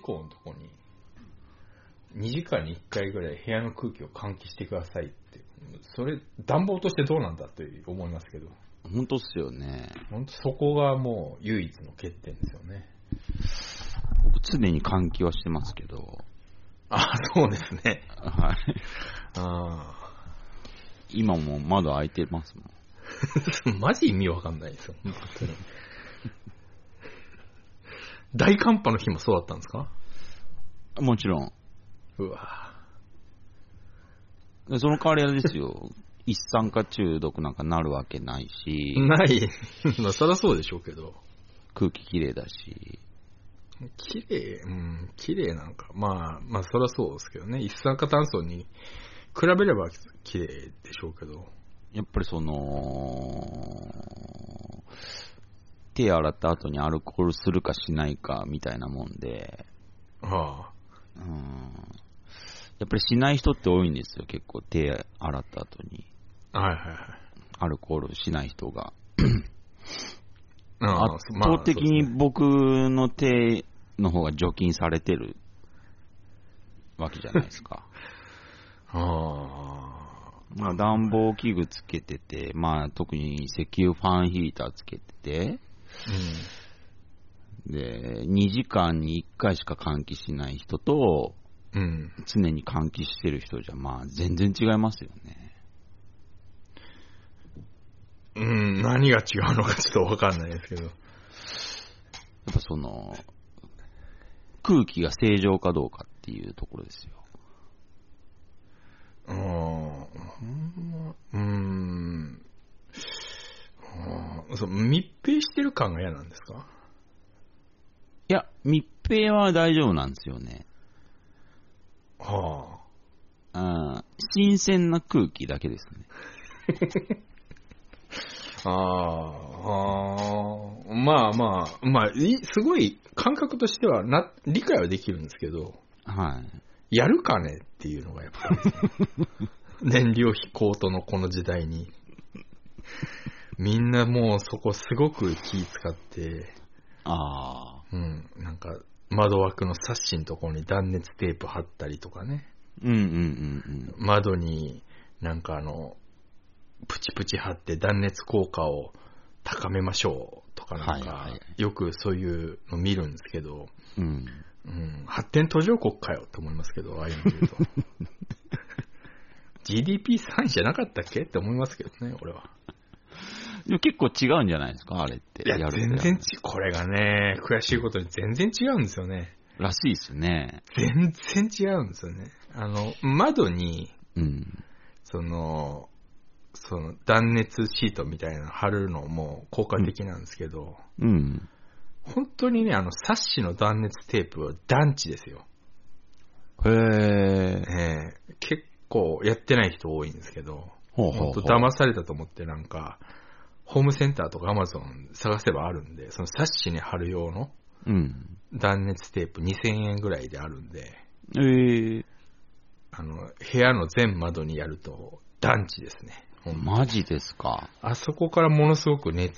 降のとこに、2時間に1回ぐらい部屋の空気を換気してくださいって、それ、暖房としてどうなんだって思いますけど、本当っすよね。本当そこがもう唯一の欠点ですよね。僕常に換気はしてますけど、あ、そうですね。はい。あ今も窓開いてますもん。あ。 マジ意味わかんないですよ、本当に。大寒波の日もそうだったんですかもちろん。うわでその代わりあれですよ。一酸化中毒なんかなるわけないし、ない。まあそりゃそうでしょうけど。空気きれいだし、綺麗、うん、綺麗なんか。まあ、まあ、そりゃそうですけどね。一酸化炭素に比べれば綺麗でしょうけど。やっぱりその、手洗った後にアルコールするかしないかみたいなもんで、ああ。うん、やっぱりしない人って多いんですよ、結構手洗った後に。はいはいはい。アルコールしない人が。ああ圧倒的に僕の手の方が除菌されてるわけじゃないですか。まあまあ暖房器具つけてて、まあ特に石油ファンヒーターつけてて、そうですねで、2時間に1回しか換気しない人と、ああ。うん。うん。常に換気してる人じゃ、まあ全然違いますよね。うん、何が違うのかちょっとわかんないですけど。やっぱその、空気が正常かどうかっていうところですよ。うーんうーん。うーんそう密閉してる感が嫌なんですかいや、密閉は大丈夫なんですよね。はあー新鮮な空気だけですね。あ。ああ。まあまあ、まあ、いすごい感覚としてはな、理解はできるんですけど、はい。やるかねっていうのがやっぱり、燃料費高騰のこの時代に。みんなもうそこすごく気使って、ああ。うん、なんか、窓枠のサッシのところに断熱テープ貼ったりとかね、うんうんうん窓になんかあの、プチプチ貼って断熱効果を高めましょうとかなんか、はいはいよくそういうの見るんですけど、うん。ううん。 ん、発展途上国かよって思いますけど、ああいうの見ると。GDP3 位じゃなかったっけって思いますけどね、俺は。でも結構違うんじゃないですかあれって。いや、る全然ち、これがね、悔しいことに全然違うんですよね。らしいですね。全然違うんですよね。あの、窓に、うん。その、その断熱シートみたいなの貼るのも効果的なんですけど、うん。本当にね、あの、サッシの断熱テープは団地ですよ。へえ。ええ結構やってない人多いんですけど、ほうほう本ほ当う。騙されたと思ってなんか、ホームセンターとかアマゾン探せばあるんで、そのサッシに貼る用のうん。断熱テープ2000円ぐらいであるんで、ええあの、部屋の全窓にやると団地ですね。ほんとマジですか。あそこからものすごく熱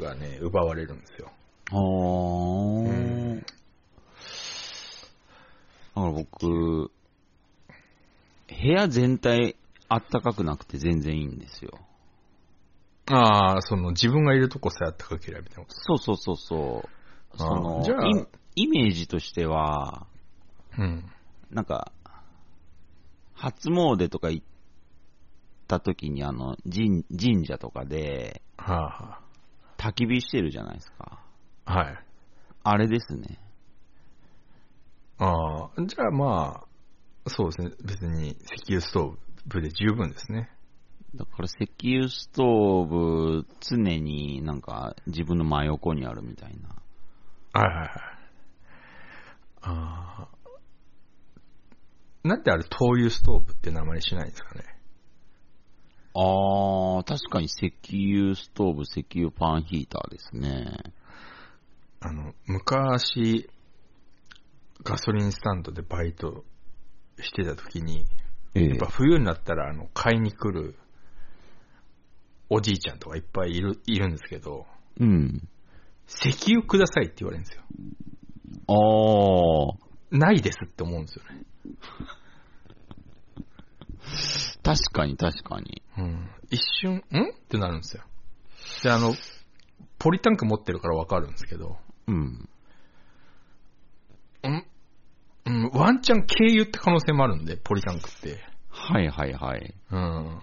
がね、奪われるんですよ。あー。うんだから僕、部屋全体あったかくなくて全然いいんですよ。ああ、その自分がいるとこさえあったかけりゃみたいなこそうそうそうそう。あーそのじゃあイ、イメージとしては、と。うん。なんか、初詣とか行った時に、あの、神神社とかで、はあ、は焚き火してるじゃないですか。あ、はい。あれですね。ああ、じゃあまあ、そうですね。別に石油ストーブで十分ですね。だから石油ストーブ、常になんか自分の真横にあるみたいな。はいはいはい。ああ。なんであれ灯油ストーブって名前にしないんですかね。あー、確かに石油ストーブ、石油ファンヒーターですね。あの、昔、ガソリンスタンドでバイトしてた時に、ええやっぱ冬になったら、あの、買いに来るおじいちゃんとかいっぱいいる、いるんですけど、うん。石油くださいって言われるんですよ。あー、ないですって思うんですよね。確かに確かに。うん。一瞬、んってなるんですよ。で、あの、ポリタンク持ってるからわかるんですけど、うん。んうん、ワンチャン経由って可能性もあるんで、ポリタンクって。はいはいはい。うん。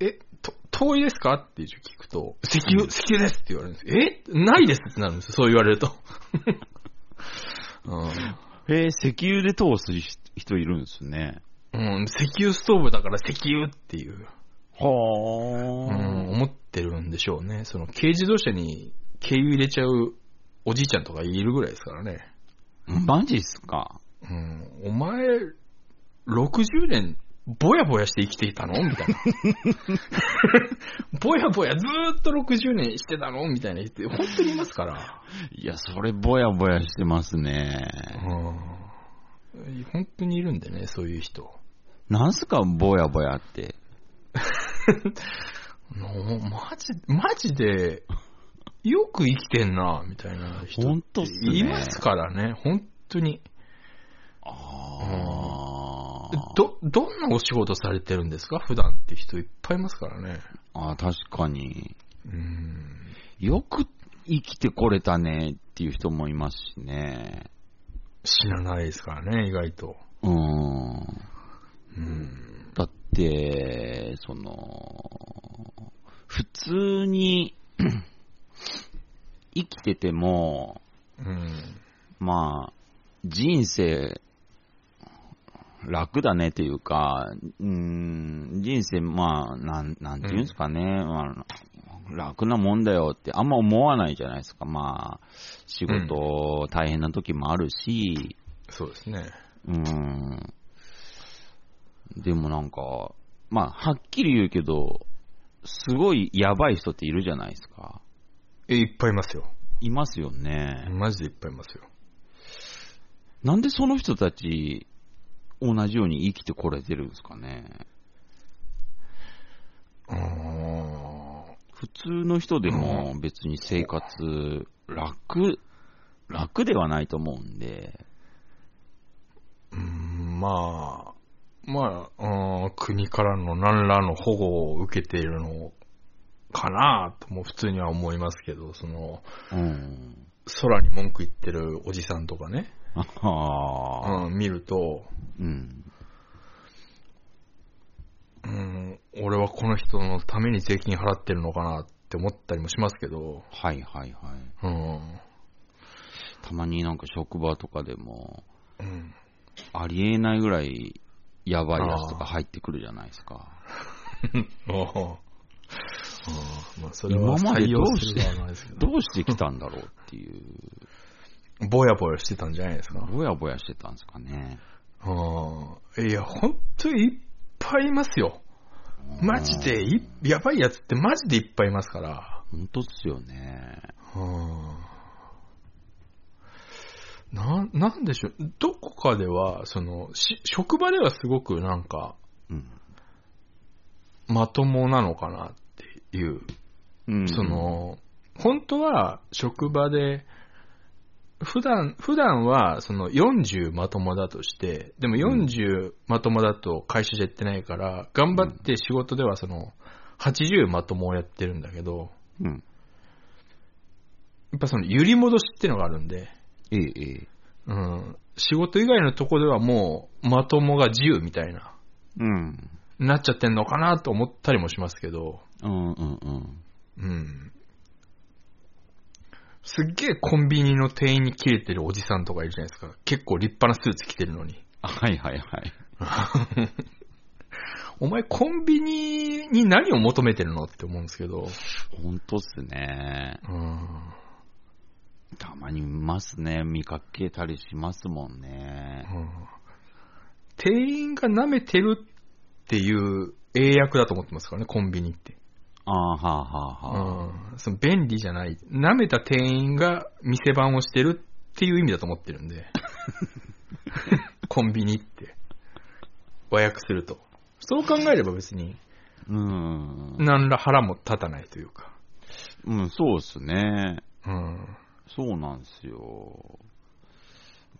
え、と、遠いですかって一応聞くと、石油、うん石油ですって言われるんです。えないですってなるんですよ。そう言われ ると。えー、石油で通す人人いるんですね。うん。うん、石油ストーブだから石油っていう、はうーん、思ってるんでしょうね。その軽自動車に軽油入れちゃうおじいちゃんとかいるぐらいですからね。マジっすかうん、お前、60年、ぼやぼやして生きていたのみ たいな。ぼやぼやずーっと60年してたのみたいな人、本当にいますから。いや、それぼやぼやしてますうね。ん。本当にいるんでね、そういう人。なんすか、ぼやぼやって。のマジ、マジで、よく生きてんな、みたいな人。本当っすねいますからね、本当に。あー。ど、どんなお仕事されてるんですか普段って人いっぱいいますからね。あー確かに。うん。よく生きてこれたねっていう人もいますしね。死なないですからね、意外と。うーん。うん。だって、その、普通に 生きてても、うん。まあ、人生、楽だねというか、うーん、人生、まあ、なん、なんていうんですかね、まあ、楽なもんだよってあんま思わないじゃないですか。まあ、仕事大変な時もあるし、そうですね。うーん。でもなんか、まあ、はっきり言うけど、すごいやばい人っているじゃないですか。え、いっぱいいますよ。いますよね。マジでいっぱいいますよ。なんでその人たち、同じように生きてこれてるんですかね。うーん。普通の人でも別に生活、楽、楽ではないと思うんで。うんまあ、まあ、うーん国からの何らの保護を受けているのかなとも普通には思いますけど、その、うん。空に文句言ってるおじさんとかね、ああ。うん、見ると、うん。うん、俺はこの人のために税金払ってるのかなって思ったりもしますけど、はいはいはい。うん。たまになんか職場とかでも、うんありえないぐらいやばいやつとか入ってくるじゃないですか。ああ。まあ、それは採用する側なんですけど。どうしてきたんだろうっていう、ぼやぼやしてたんじゃないですか。ぼやぼやしてたんですかね。うん。いや、本当にいっぱいいますよ。マジでい、やばいやつってマジでいっぱいいますから。本当っすよね。うん。な、なんでしょう。どこかでは、その、し、職場ではすごくなんか、うん。まともなのかなっていううんそ、の、本当は職場で、普段、普段はその40まともだとして、でも40まともだと会社じゃやってないから、頑張って仕事ではその80まともをやってるんだけど、うん。やっぱその揺り戻しってのがあるんで、ええ、ええ。うん、仕事以外のとこではもうまともが自由みたいな、うん。なっちゃってんのかなと思ったりもしますけど、うんうんうん。うん。すっげえコンビニの店員に切れてるおじさんとかいるじゃないですか。結構立派なスーツ着てるのに。はいはいはい。お前コンビニに何を求めてるのって思うんですけど。本当っすね。うん。たまにいますね。見かけたりしますもんね。うん店員が舐めてるっていう英訳だと思ってますからね、コンビニって。ああ、はあはあはあ。うん。その便利じゃない。舐めた店員が店番をしてるっていう意味だと思ってるん で。コンビニって。和訳すると。そう考えれば別に、うん。何ら腹も立たないというか。うん、そうっすね。うん。そうなんですよ。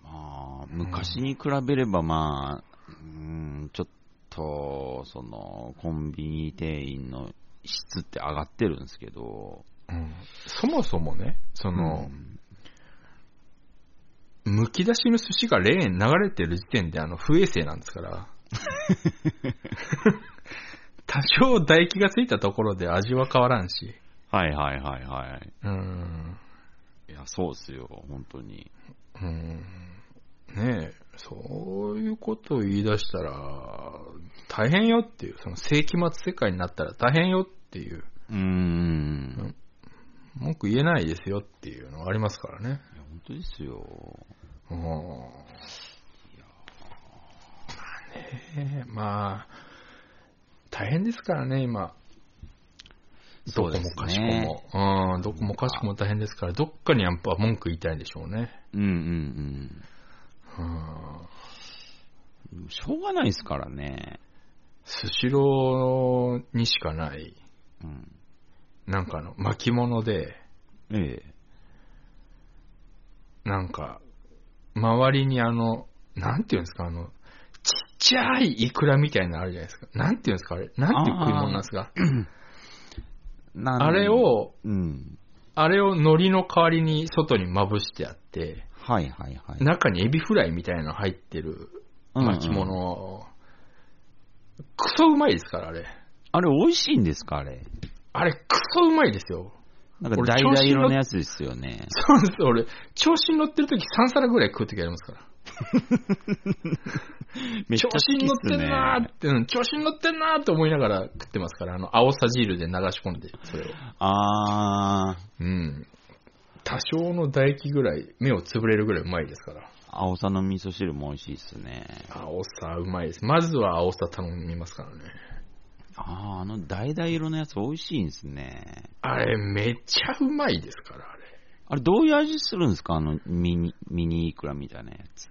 まあ、昔に比べれば、まあ、うん、ちょっと、その、コンビニ店員の質って上がってるんですけど、うんそもそもね、そのう、んむき出しの寿司がレーン流れてる時点であの不衛生なんです から。多少唾液がついたところで味は変わらんし。はいはいはいはい。うん。いや、そうっすよ、本当に。うん。ねえ、そういうことを言い出したら、大変よっていう、その世紀末世界になったら大変よっていう、うーん。文句言えないですよっていうのはありますからね。いや、本当ですよ。うん。まあね、まあ、大変ですからね、今。どそうこでもすかしこね。も。うん、どこもかしこも大変ですから、どっかにやっぱ文句言いたいんでしょうね。うんうんうん。うん。でもしょうがないですからね。スシローにしかない、うん。なんかあの巻物で、ええ。なんか、周りにあの、なんていうんですか、あの、ちっちゃいイクラみたいなのあるじゃないですか。なんていうんですか、あれ。なんていう食い物なんですか。なんあれ、を、うん。あれを海苔の代わりに外にまぶしてあって、はいはいはい。中にエビフライみたいなの入ってるうんうん巻物、クソうまいですから、あれ。あれ美味しいんですかあれ。あれ、クソうまいですよ。 なんか俺橙調子に乗色っのやつですよね。そうです、俺、調子に乗ってる時3皿ぐらい食う時ありますから。めっち調ゃ好子にきっ乗ってすんね。なーって、うん調子に乗ってんなーって思いながら食ってますから、あの、青さ汁で流し込んで、それを。あうー、ん。多少の唾液ぐらい、目をつぶれるぐらいうまいですから。青さの味噌汁も美味しいっすね。青さうまいです。まずは青さ頼みますからね。あー、あの橙色のやつ美味しいんですね。あれ、めっちゃうまいですから、あれ。あれどういう味するんですかあのミニ、ミニイクラみたいなやつ。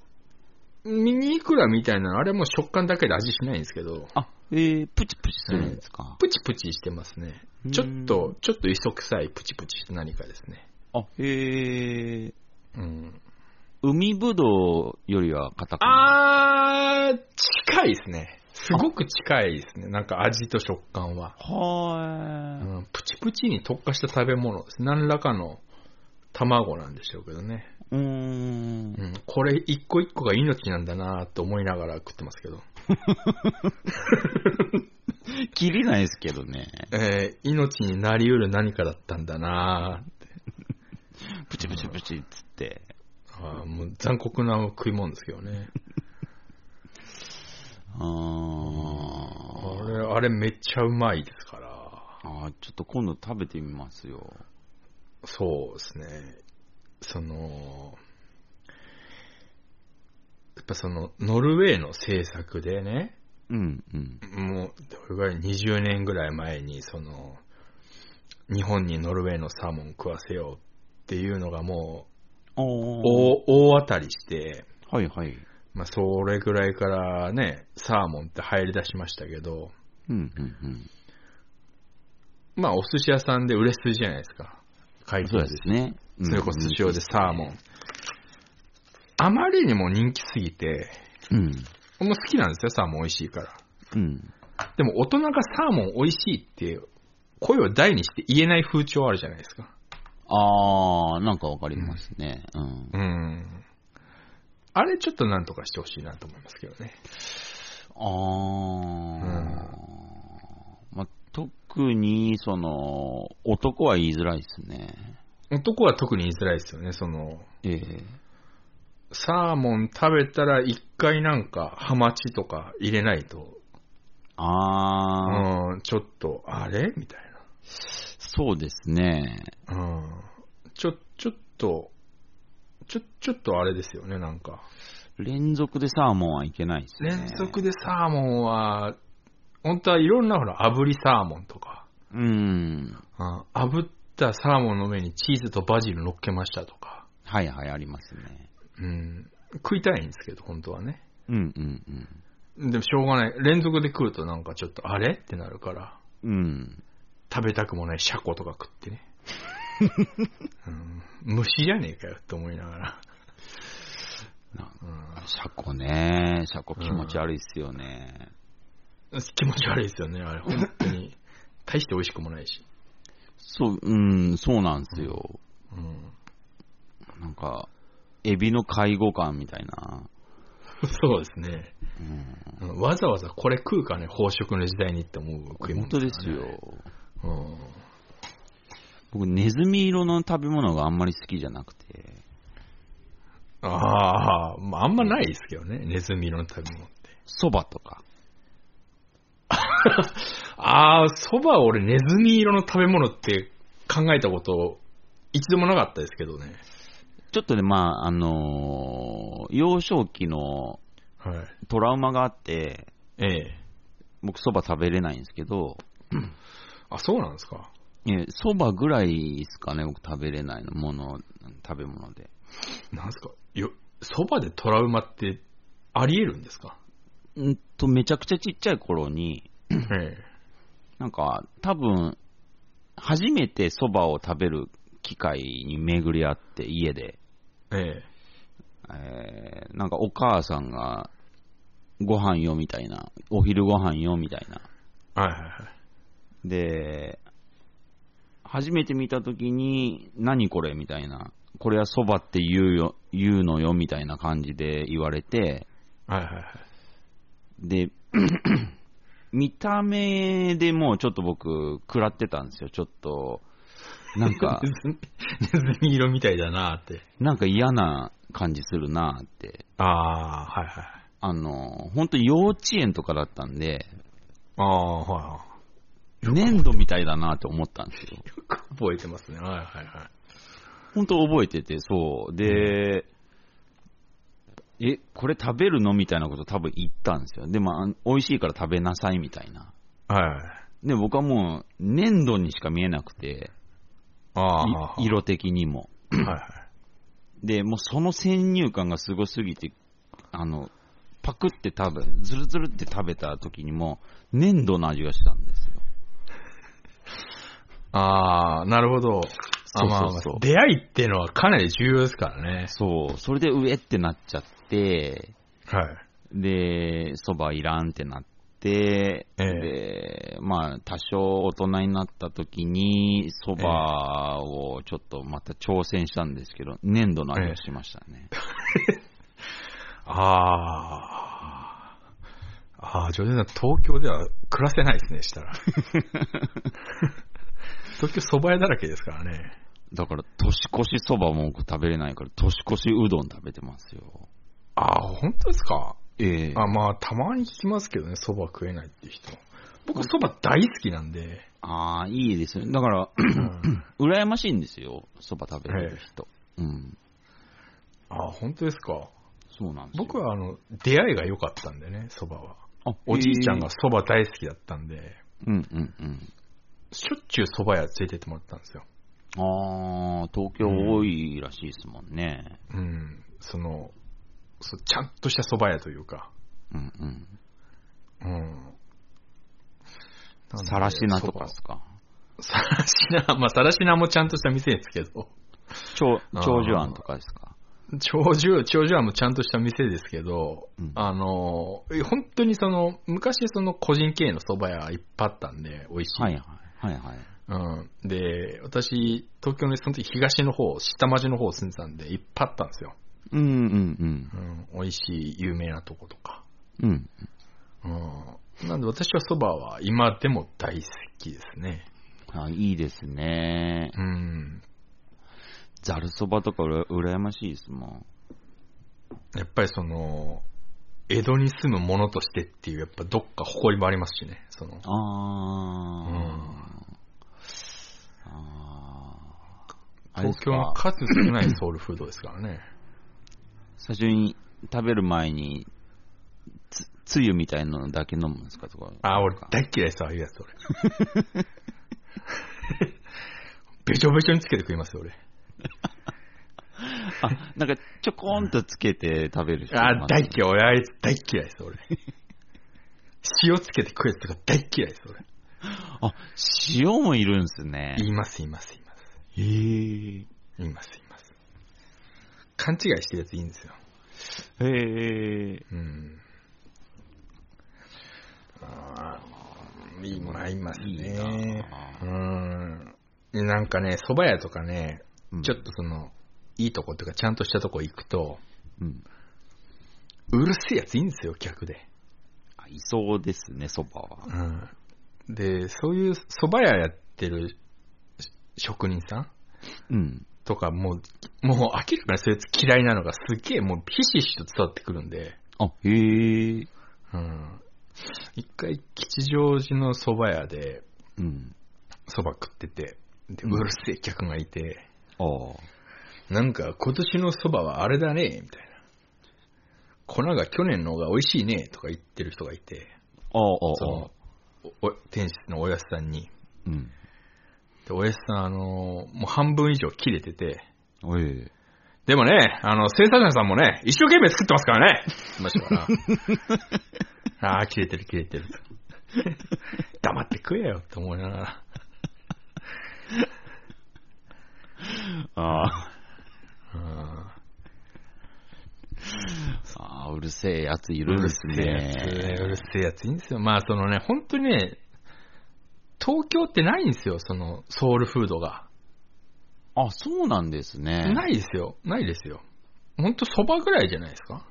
ミニイクラみたいなの、あれもう食感だけで味しないんですけど、あ、えー、プチプチするんですか、プチプチしてますね。ちょっと、ちょっと磯臭いプチプチした何かですね。あ、えー、うん。海ぶどうよりは硬くなあい。ー、近いですね。すごく近いですね。なんか味と食感は。うはーい。ん、プチプチに特化した食べ物です。何らかの卵なんでしょうけどね。うーん。うん、これ一個一個が命なんだなと思いながら食ってますけど。切りないですけどね。えー命になりうる何かだったんだなプチプチプチっつって。あーもう残酷な食い物ですけどね。ああーれ、あれめっちゃうまいですから。あー、ちょっと今度食べてみますよ。そうですね。その、やっぱその、ノルウェーの政策でね、うんうん。もう、どれぐらい、20年ぐらい前に、その、日本にノルウェーのサーモン食わせようっていうのがもう、おー。大大当たりして、はいはい。まあ、それぐらいからね、サーモンって入り出しましたけど、うんうんうん。まあ、お寿司屋さんで売れ筋じゃないですか。回転そうで寿司すね。うんそれこそ寿司用でサーモン。。あまりにも人気すぎて、うん。もう好きなんですよ、サーモン美味しいから。うん。でも大人がサーモン美味しいって声を大にして言えない風潮あるじゃないですか。あー、なんかわかりますね。うんう。ん。あれちょっとなんとかしてほしいなと思いますけどね。あー。まあ、特に、その、男は言いづらいですね。男は特に言いづらいですよね、その、ええサーモン食べたら一回なんかハマチとか入れないと、あー、うん、ちょっと、あれみたいそうですね。な。うん。ちょ、ちょっと、ちょ、ちょっとあれですよね、なんか。連続でサーモンはいけないですね。連続でサーモンは、本当はいろんなほら、炙りサーモンとか、うん。うん炙ったサーモンの上にチーズとバジル乗っけましたとか、はいはい、ありますね。うん、食いたいんですけど、本当はね。うんうんでもしょうがない。連続で食うとなんかちょっとあれってなるから、うん。うん。食べたくもないシャコとか食ってね。うん、虫じゃねえかよって思いながら。う車庫ね、車庫気持ち悪いっすよね。ん、気持ち悪いですよね、あれ、本当に。大して美味しくもないし。そう、うん、そうなんですよ。うん、なんか、エビの介護感みたいな。そうですね、うん、うんわざわざこれ食うかね、飽食の時代にって思う食い本物当でかすらねよ。。うん、僕、ネズミ色の食べ物があんまり好きじゃなくて。ああ、まあ、あんまないですけどね、ネズミ色の食べ物って。そばとか。ああ、そば俺、ネズミ色の食べ物って考えたこと、一度もなかったですけどね。ちょっとね、まあ、あのー幼少期のはい。トラウマがあって、ええ。僕、そば食べれないんですけど、あ、そうなんですか。そばぐらいですかね、僕、食べれないの、もの、食べ物で。なんですか。よ、そばでトラウマってあり得るんです かうんと、めちゃくちゃちっちゃい頃に、ええ。なんか、多分、初めてそばを食べる機会に巡り合って、家で、ええ。えーなんかお母さんが、ご飯よみたいな、お昼ご飯よみたいな。はいはいはい。で、初めて見たときに、何これみたいな、これはそばって言うよ、言うのよみたいな感じで言われて、はいはいはい。、で、 見た目でもうちょっと僕、食らってたんですよ、ちょっと、なん かネズミネズミ色みたいだなって。なんか嫌な感じするなって、ああ、はいはい。あの、本当幼稚園とかだったんで、ああ、はいは粘土みたいだなって思ったんですよ。い。よく覚えてますね。はいはいはい。本当覚えてて、そう。で、え、これ食べるのみたいなこと多分言ったんですよ。でも、あん美味しいから食べなさいみたいな。はい。で、僕はもう、粘土にしか見えなくて、ああ、い色的にも。はいはい。で、もうその先入観がすごすぎて、あの、パクって食べ、ズルズルって食べた時にも、粘土の味がしたんですよ。ああ、なるほど。あまあまあそうそうそう出会いっていうのはかなり重要ですからね。そう、それで上ってなっちゃって、はい。で、そばいらんってなって、ええで、まあ、多少大人になった時に、そばをちょっとまた挑戦したんですけど、粘土の味をしましたね。ああ。ああ、ジョージさん、東京では暮らせないですね、した ら。東京蕎麦屋だらけですからね。だから、年越しそばも僕食べれないから、年越しうどん食べてますよ。ああ、本当ですかええあまあ、たまに聞きますけどね、蕎麦食えないって人。僕、蕎麦大好きなんで。ああ、いいですよね。だから、 うん羨ましいんですよ、そば食べれる人。うん。ああ、本当ですか。そうなんですよ。僕、は、あの、出会いが良かったんでね、蕎麦は。あおじいちゃんが。蕎麦大好きだったんで、うんうんうん。しょっちゅう蕎麦屋連れてってもらったんですよ。ああ、東京多いらしいですもんね。うん。その、そうちゃんとした蕎麦屋というか。うんうん。うん。さらしなとかっすか。さらしな、まあ、さらしなもちゃんとした店ですけど、長あー長寿庵とかですか。長寿、長寿庵もちゃんとした店ですけど、うんあの、本当にその、昔その個人経営の蕎麦屋いっぱいあったんで、美味しい。はいはい。はいはい。うん。で、私、東京のその時東の方、下町の方住んでたんで、いっぱいあったんですよ。うんうんうん。美味しい、有名なとことか。うん。うん。うん。なんで私は蕎麦は今でも大好きですね。あいいですね。うん。ざるそばとかうら羨ましいですもん。やっぱりその、江戸に住む者としてっていう、やっぱどっか誇りもありますしね。その、あー。うんあー。東京のあれですか数少ないソウルフードですからね。最初に食べる前に、つ、つゆみたいなのだけ飲むんですかとか。あー、俺大っ嫌いです、ああいうやつ、俺。 べちょべちょにつけて食いますよ、俺。あ、なんか、ちょこんとつけて食べる人いあまー、す大ねっ嫌い、俺、あいつ大っ嫌いです、俺。塩つけて食うやつとか大っ嫌いです、俺。あ、塩もいるんすね。言います、言います、言います。へえ。言います、言います。勘違いしてるやついいんですよ。へえ。うん。ああ、いいもんありますいいね。なう。ん。でなんかね、蕎麦屋とかね、うんちょっとその、いいとことか、ちゃんとしたとこ行くと、うん。うるせえやついいんですよ、客で。あいそうですね、そばは。うん。で、そういう蕎麦屋やってるし職人さんうん。とか、もう、もう明らかにそういうやつ嫌いなのがすっげえもうひしひしと伝わってくるんで、あ、へえ。うん。一回、吉祥寺の蕎麦屋で、うん。蕎麦食ってて、で、ううんるせえ客がいて、ああ。なんか今年の蕎麦はあれだね、みたいな。粉が去年の方が美味しいね、とか言ってる人がいて、ああ、あそあ、ああの、おお店主のおやすさんに。うん。で、おやすさん、あのーもう半分以上切れてて、おえ。でもね、あの、生産者さんもね、一生懸命作ってますからねって言ってました から。ああ、切れてる切れてる。黙って食えよって思いながら。ああ。うんああ、うるせえやついるんですね。うるせえやついいんですよ。まあ、そのね、本当にね、東京ってないんですよ、その、ソウルフードが。あ、そうなんですね。い。ないですよ、ないですよ。本当蕎麦ぐらいじゃないですか。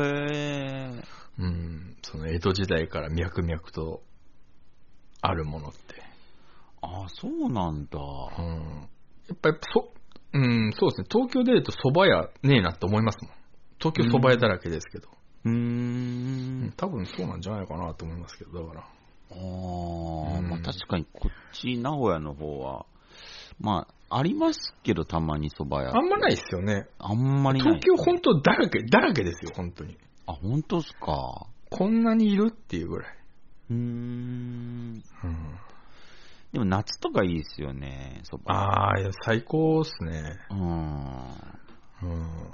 へえ。うん、その江戸時代から脈々とあるものって。あ、そうなんだ。うん。やっぱ、やっぱそ、うん、そうですね、東京出ると蕎麦屋ねえなって思いますもん。東京蕎麦屋だらけですけど。うーうんん。多分そうなんじゃないかなと思いますけど、だから。ああ、うんまあ確かにこっち、名古屋の方は、まあ、ありますけど、たまに蕎麦屋。あんまないですよね。あんまりない。東京本当だらけ、だらけですよ、本当に。あ、本当っすか。こんなにいるっていうぐらい。うーうん。ん、でも夏とかいいですよね、蕎麦。ああ、いや最高っすね、うーん。うん。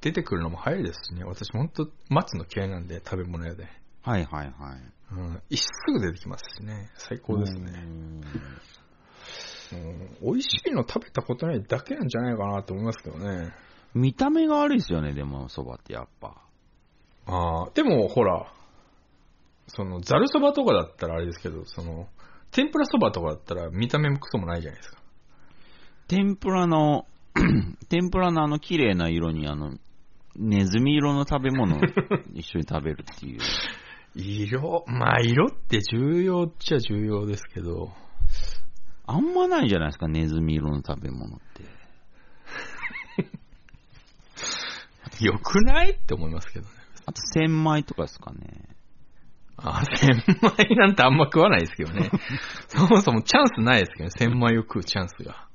出てくるのも早いですしね。私、本当待つの嫌いなんで、食べ物屋で。はいはいはい。うん、一すぐ出てきますしね。最高ですね、うん。美味しいの食べたことないだけなんじゃないかなと思いますけどね。うん。見た目が悪いですよね、でも蕎麦ってやっぱ。ああ、でも、ほら、その、ざるそばとかだったらあれですけど、その、天ぷらそばとかだったら見た目もクソもないじゃないですか。天ぷらの、 天ぷらのあの綺麗な色にあの、ネズミ色の食べ 物を一緒に食べるっていう。色、まあ、色って重要っちゃ重要ですけど、あんまないじゃないですか、ネズミ色の食べ物って。良くないって思いますけどね。あと、千枚とかですかね。あ、千枚なんてあんま食わないですけど ね。そもそもチャンスないですけどね、千枚を食うチャンスが。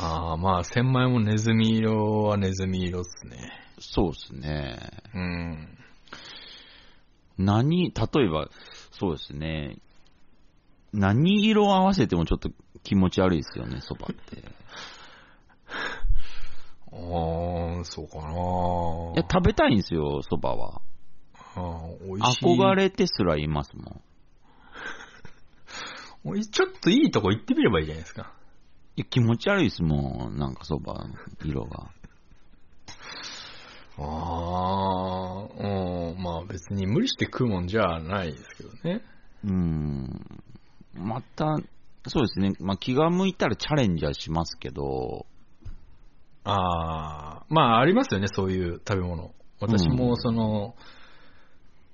ああ、まあ、千枚もネズミ色はネズミ色っすね。そうですね。うん。何、例えば、そうですね。何色を合わせてもちょっと気持ち悪いですよね、蕎麦って。ああ、そうかないや、食べたいんですよ、蕎麦は。ああ、美味しい。憧れてすらいますもおん。いちょっといいとこ行ってみればいいじゃないですか。いや、気持ち悪いですもん、なんか蕎麦の色が。ああ、うん、まあ別に無理して食うもんじゃないですけどね。うーん。また、そうですね。まあ、気が向いたらチャレンジはしますけど、ああ、まあありますよね、そういう食べ物。私うもんその、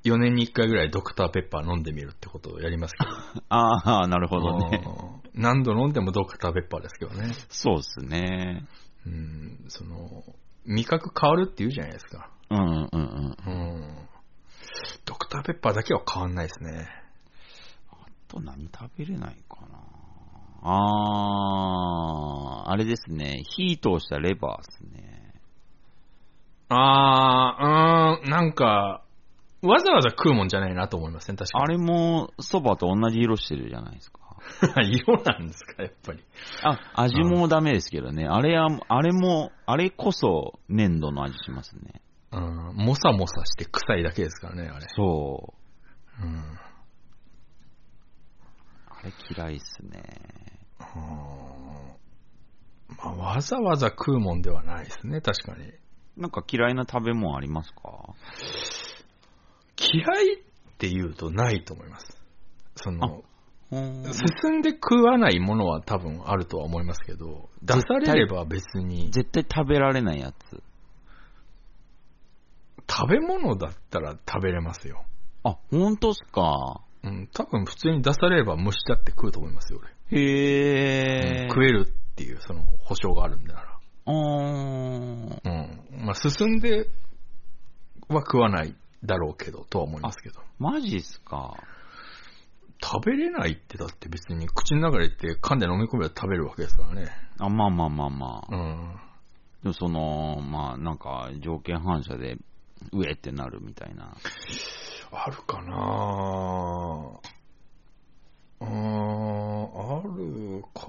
4年に1回ぐらいドクターペッパー飲んでみるってことをやりますけ ああ、なるほど。どね。うん何度飲んでもドクターペッパーですけどね。そうですね。うん、その、味覚変わるって言うじゃないですか。うんうんうん。うん。ドクターペッパーだけは変わんないですね。あと何食べれないかな。ああ、あれですね。火通したレバーですね。ああ、うーん、なんか、わざわざ食うもんじゃないなと思いますね、確あれも蕎麦と同じ色してるじゃないですか。かに。 色なんですか、やっぱり。あ、味もダメですけどね。あれは、あれも、あれこそ粘土の味しますね。うん、もさもさして臭いだけですからね、あれ。そう。うんあれ嫌いっすね。うんまあ、わざわざ食うもんではないですね、確かに。なんか嫌いな食べ物ありますか嫌いって言うとないと思います。その、うーん進んで食わないものは多分あるとは思いますけど、出されれば別に、絶対食べられないやつ。食べ物だったら食べれますよ。あ、本当っすか。うん、多分普通に出されれば虫だって食うと思いますよ、俺。へうんえ。食えるっていう、その、保証があるんだかあーら。うん。まあ、進んでは食わないだろうけど、とは思いますけど。マジっすか。食べれないってだって別に口の中でって噛んで飲み込めば食べるわけですからね。あ、まあまあまあまあ。うん。でもその、まあなんか条件反射で、上ってなるみたいな。あるかなうーん、あるか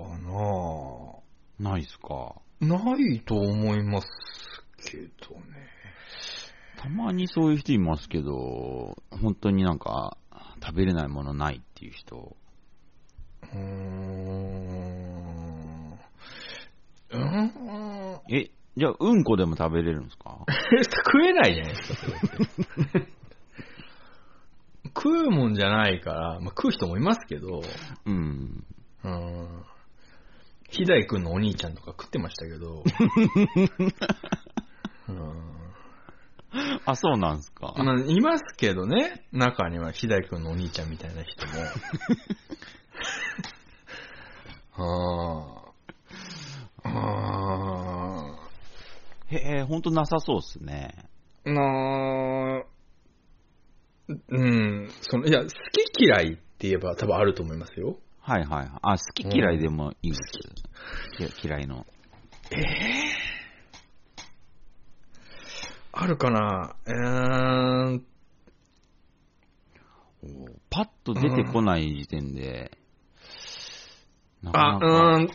ないっすか。なないと思いますけどね。たまにそういう人いますけど、本当になんか、食べれないものないっていう人。うーん。うーん。え、じゃあ、うんこでも食べれるんですか食えないじゃないですか、それって。食うもんじゃないから、まあ、食う人もいますけど、うん。うん。ひだいくんのお兄ちゃんとか食ってましたけ ど、うんあ、そうなんですか。まあ、いますけどね、中にはひだいくんのお兄ちゃんみたいな人 も。ああ。あへえ、ほんとなさそうっすね。あ。なあ。うん。その、いや、好き嫌いって言えば多分あると思いますよ。はいはいはい。あ、好き嫌いでもいいです。き嫌いの。あるかなえーん。パッと出てこない時点で、なかあ、なかうーん。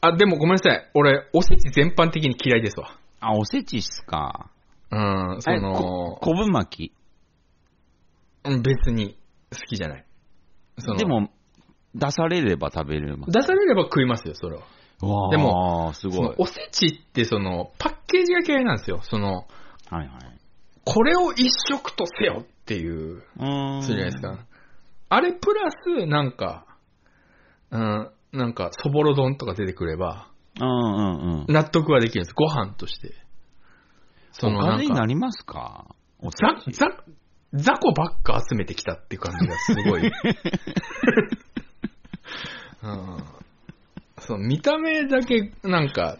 あ、でもごめんなさい。俺、おせち全般的に嫌いですわ。あ、おせちっすか。うん、そえのこ、昆布巻うん別に好きじゃない。そのき。で、も、出されれば食べれます。出されれば食いますよ、それは。わあでも、すそごい。のおせちってその、パッケージが嫌いなんですよ。その、はいはい。これを一食とせよっていう、うーん。するじゃないですか。あれプラス、なんか、うん、なんか、そぼろ丼とか出てくれば、うんうんうん。納得はできるんです。ご飯として。そおの、なん金になか、りますかおせザ、ち。ザ、ザコばっか集めてきたっていう感じがすご い。うん、そう見た目だけ、なんか、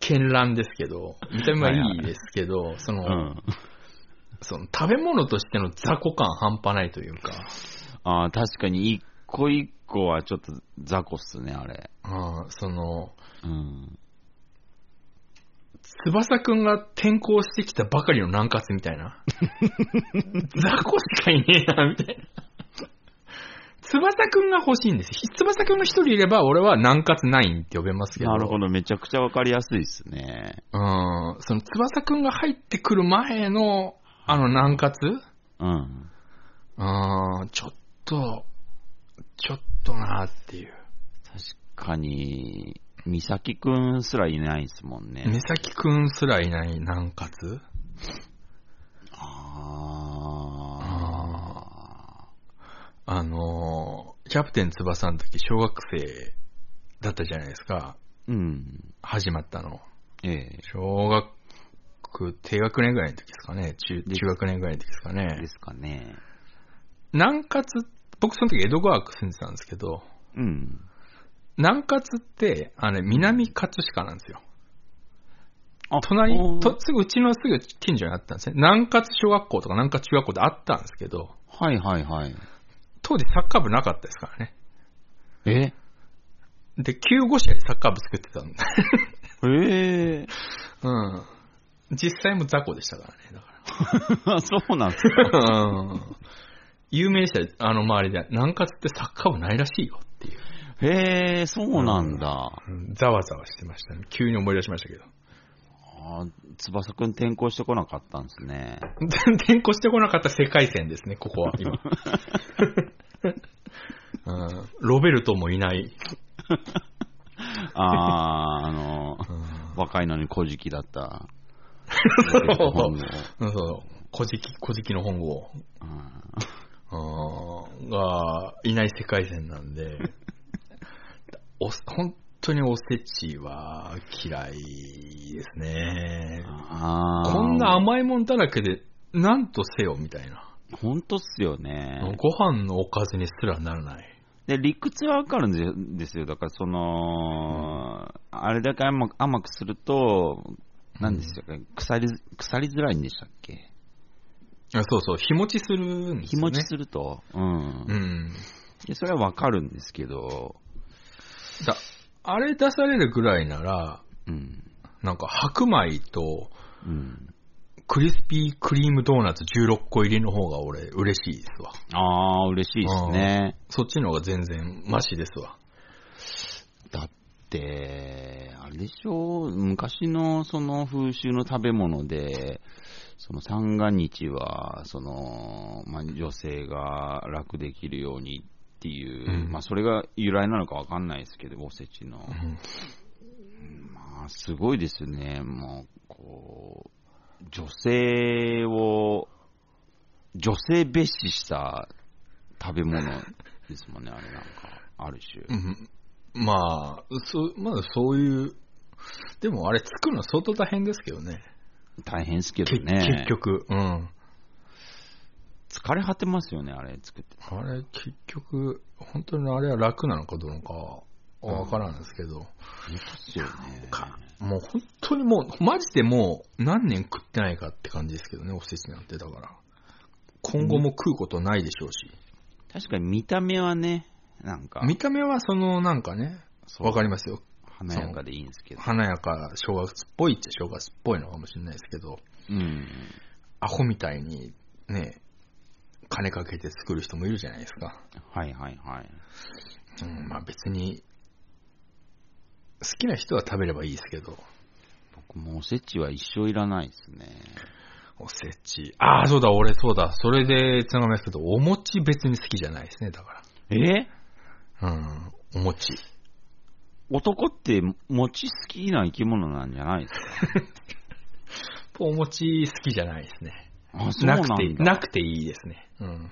絢爛ですけど、見た目はいいですけど、その、うん。その食べ物としての雑魚感半端ないというか、ああ、確かに一個一個はちょっと雑魚っすね、あれ。うん、その、うん。翼くんが転校してきたばかりの軟活みたい な。雑魚しかいねえな、みたいな。翼くんが欲しいんです。ひ翼くんが一人いれば、俺は軟活ナインって呼べますけど。なるほど、めちゃくちゃわかりやすいっすね。うん、その翼くんが入ってくる前の、あの軟活うん。うん、ちょっと、ちょっとなっていう。確かに、美咲くんすらいないっすもん目ね。先くんすらいない軟活ああのーキャプテン翼の時、小学生だったじゃないですか。ー。うん。始まったの。ええ。小学、低学年ぐらいの時ですかね。中、で中学年ぐらいの時ですかねで。すかね。南葛、僕その時江戸川区住んでたんですけど、うん。南葛って、あれ、南葛飾なんですよ。あ隣おー、と、すぐ、うちのすぐ近所にあったんですね。南葛小学校とか南葛中学校であったんですけど、はいはいはい。当時サッカー部なかったですからね。えで、95試合でサッカー部作ってたんで。え えうん。実際も雑魚でしたからね、だかそうなんすか。ら。うん。有名でしたよあの周りで。南葛ってサッカー部ないらしいよっていう。へえ、そうなんだ。ざわざわしてましたね。急に思い出しましたけど。あー翼くん転校してこなかったんですね。転校してこなかった世界線ですね、ここは、今。うん、ロベルトもいない。ああ、あの、うん若いのに小じきだった。本をうんそう、古事記、古事記の本を、うんあーが、いない世界線なんで、お本当におせちは嫌いですね。あーこんな甘いもんだらけで、なんとせよ、みたいな。本当っすよね。ご飯のおかずにすらならない。で、理屈はわかるんでですよ。だから、その、あれだけ甘く甘くすると、何でしたっけ、腐り、腐りづらいんでしたっけあそうそう、日持ちするんです日よね。持ちすると。うん。うん。でそれはわかるんですけど、だあれ出されるぐらいなら、うん。なんか白米とうん。クリスピークリームドーナツ16個入りの方が俺嬉しいですわ。ああ、嬉しいですね。そっちの方が全然マシですわ。だって、あれでしょ昔のその風習の食べ物で、その三が日は、その、まあ、女性が楽できるようにっていう、うんまあ、それが由来なのかわかんないですけど、おせちの。うんまあ、すごいですね。もう、こう、女性を、女性蔑視した食べ物ですもんね、あれなんか。ある種。うんまあ、そう、まあそういう、でもあれ作るの相当大変ですけどね。大変ですけどけね。結局、うん。疲れ果てますよね、あれ作って。あれ結局、本当にあれは楽なのかどうなのかわからんですけど、ですよね。かもう本当にもう、マジでもう何年食ってないかって感じですけどね、おせちなんてだから。今後も食うことないでしょうし。確かに見た目はね、なんか、見た目はそのなんかね、そうわかりますよ。華やかでいいんですけど。華やか、正月っぽいっちゃ正月っぽいのかもしれないですけど、うん。アホみたいにね、金かけて作る人もいるじゃないですか。はいはいはい。うん、まあ別に、好きな人は食べればいいですけど、僕もおせちは一生いらないですね。おせち。ああ、そうだ、俺そうだ。それでつながりますけど、お餅別に好きじゃないですね、だかえら。うん、お餅。男って餅好きな生き物なんじゃないですかお餅好きじゃないですね。あ、そうななんだ。くていい、なくていいですね。うん。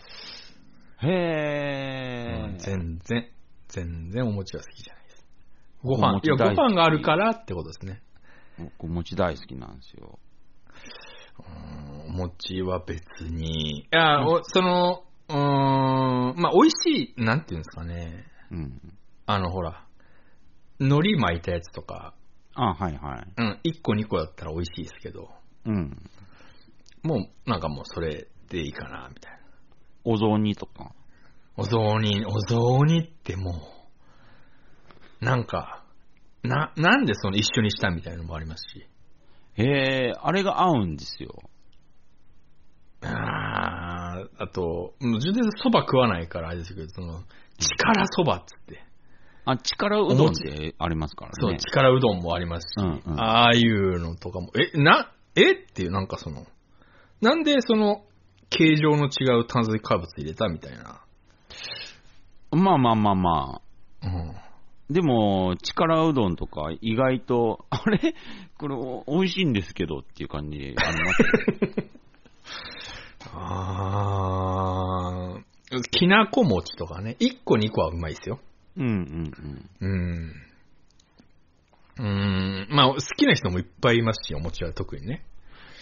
へうんー。全然、全然お餅は好きじゃないです。ごお飯、い餅や、ご大好き飯があるからってことですね。僕餅大好きなんですよ。うんお餅は別に、いや、おその、うーん、まあ、美味しい、なんていうんですかね。うん。あの、ほら、海苔巻いたやつとか、あ、はいはい。うん、1個2個だったら美味しいですけど、うん。もう、なんかもうそれでいいかな、みたいな。お雑煮とか。お雑煮、お雑煮ってもう、なんか、な、なんでその一緒にしたみたいなのもありますし。へー、あれが合うんですよ。あーあと、もう全然そば食わないからあれですけど、その、力そばっつって。あ、力うどんってありますからね。そう、力うどんもありますし、うんうんああいうのとかも、え、な、えっていう、なんかその、なんでその、形状の違う炭水化物入れたみたいな。まあまあまあまうん。あ。でも、力うどんとか意外と、 あれこれお美味しいんですけどっていう感じありますよあーきなこ餅とかね、1個2個はうまいですよ。 うんうんうん。うーん、まあ、好きな人もいっぱいいますし、お餅は特にね。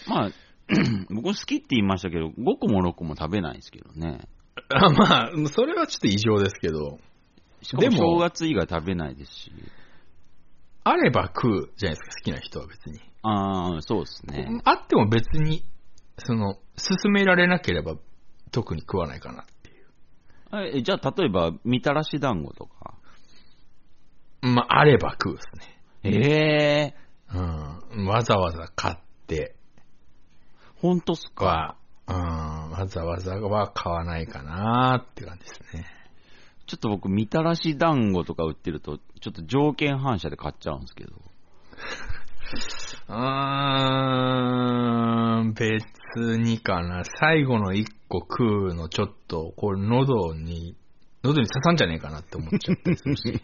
うん。まあ、 僕好きって言いましたけど、5個も6個も食べないですけどね。あまあ、それはちょっと異常ですけど、しかもでも正月以外食べないですし。あれば食うじゃないですか、好きな人は別に。ああ、そうですね。あっても別に、その、勧められなければ特に食わないかな。えじゃあ、例えば、みたらし団子とか。まあ、あれば食うですね。ええうん。わざわざ買ってー、ほんとっすか。は、うん、わざわざは買わないかなって感じですね。ちょっと僕、みたらし団子とか売ってると、ちょっと条件反射で買っちゃうんですけど。うーん、別にかな。最後の一個食うのちょっと、これ喉に、喉に刺さんじゃねえかなって思っちゃったりするし。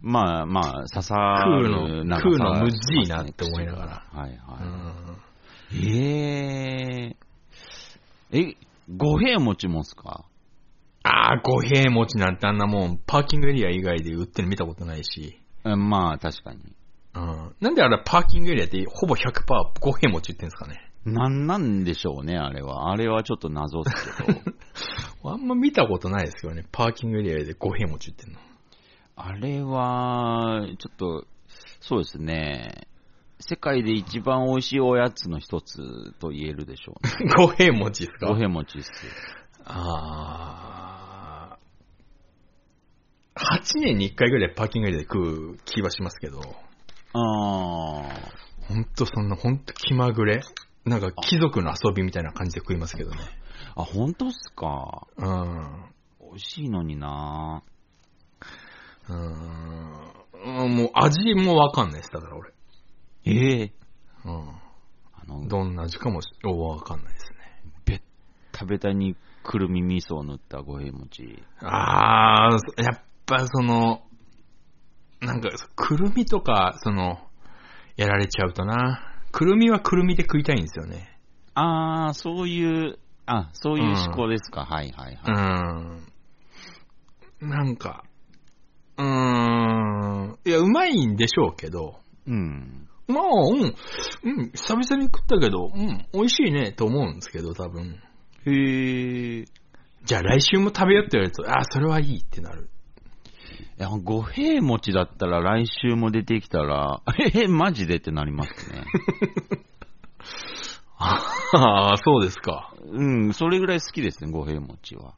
まあまあ、刺さ食うるの、長さ食うのむずいなって思いながら。はいはうい。ん。えええ、五平餅もっすかああ、五平餅なんてあんなもん、パーキングエリア以外で売ってるの見たことないし。えまあ、確かに。うん。なんであれパーキングエリアってほぼ100%五平餅売ってんですかね。なんなんでしょうね、あれは。あれはちょっと謎です けど。あんま見たことないですけどね、パーキングエリアで五平餅売ってんの。 あれは、ちょっと、そうですね。世界で一番美味しいおやつの一つと言えるでしょうね。五平餅ですか五平餅っす。ああ。8年に1回ぐらいパーキングエリアで食う気はしますけど、あー。ほんとそんな、ほんと気まぐれ。なんか貴族の遊びみたいな感じで食いますけどね。あ、本当っすか。うん。美味しいのになうん。もう味もわかんないです、だから俺。ええうあのん。、どんな味かもしわかんないですね。べったべたにくるみ味噌を塗った五平餅。ああ、やっぱその、なんか、くるみとか、その、やられちゃうとな。くるみはくるみで食いたいんですよね。あー、そういう、あ、そういう思考ですか。はいはいうはい。ん。なんか、うーん。いや、うまいんでしょうけど、うん。まあ、うん、うん、久々に食ったけど、うん、美味しいね、と思うんですけど、多分。へえ。じゃあ来週も食べようって言われると、ああ、それはいいってなる。いや、五平餅だったら来週も出てきたら、 ええ、マジでってなりますね。 ああ、そうですか。 うん、それぐらい好きですね、五平餅は。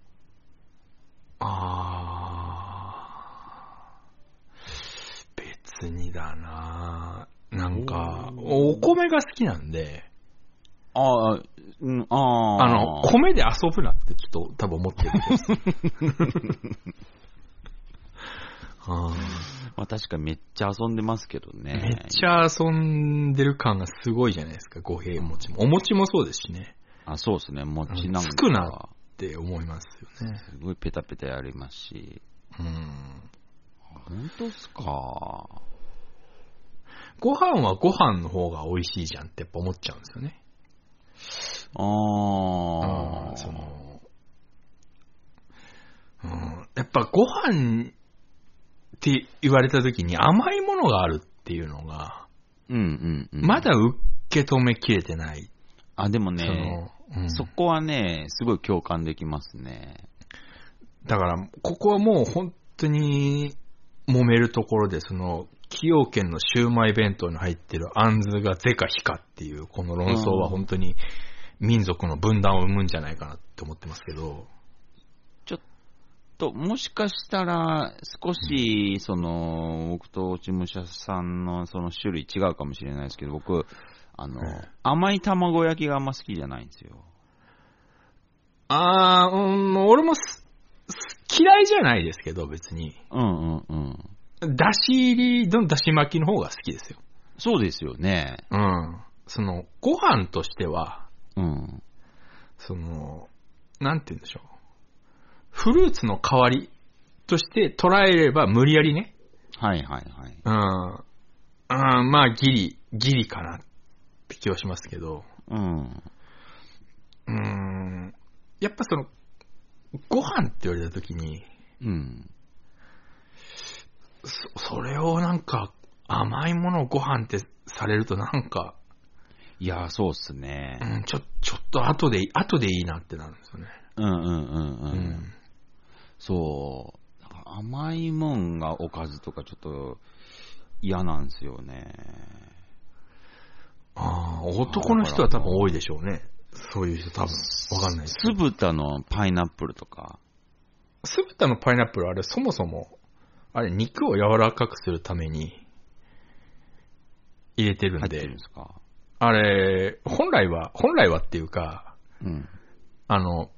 あー別にだななんか、おーお米が好きなんで、あー、うん、あー。あの、米で遊ぶなってちょっと多分思ってるんです。 あーまあ、確かにめっちゃ遊んでますけどね。めっちゃ遊んでる感がすごいじゃないですか、五平餅も。お餅もそうですしね、あ、そうですね、餅なんつくかな。って思いますよね。すごいペタペタやりますし。うん本当っすか。ご飯はご飯の方が美味しいじゃんってやっぱ思っちゃうんですよね。あうんあ。その、うん、やっぱご飯って言われた時に甘いものがあるっていうのが、うんうんうん。まだ受け止めきれてない。あ、でもね、その、うんそこはね、すごい共感できますね。だから、ここはもう本当に揉めるところで、その、崎陽軒のシウマイ弁当に入ってるあんずが是か非かっていう、この論争は本当に民族の分断を生むんじゃないかなって思ってますけど、と、もしかしたら、少し、その、僕と落ち武者さんのその種類違うかもしれないですけど、僕、あの、ええ甘い卵焼きがあんま好きじゃないんですよ。あー、うん、俺もすす嫌いじゃないですけど、別に。うんうんうん。だし入りのだし巻きの方が好きですよ。そうですよね。うん。その、ご飯としては、うん。その、なんて言うんでしょう。フルーツの代わりとして捉えれば無理やりね。はいはいはい。うん。うん、まあ、ギリ、ギリかなって気はしますけど。うん。うん。やっぱその、ご飯って言われた時に、うん。そそれをなんか、甘いものをご飯ってされるとなんか、いや、そうっすねう。ん、ちょ、ちょっと後でいい、後でいいなってなるんですよね。うんうんうんう。。うんそう。なんか甘いもんがおかずとかちょっと嫌なんですよね。ああ、男の人は多分多いでしょうね。そういう人多分。わかんないですけ酢ど。豚のパイナップルとか。酢豚のパイナップルあれそもそも、あれ肉を柔らかくするために入れてるん入ってるんでで、すかあれ、本来は、本来はっていうか、うん。あの、と、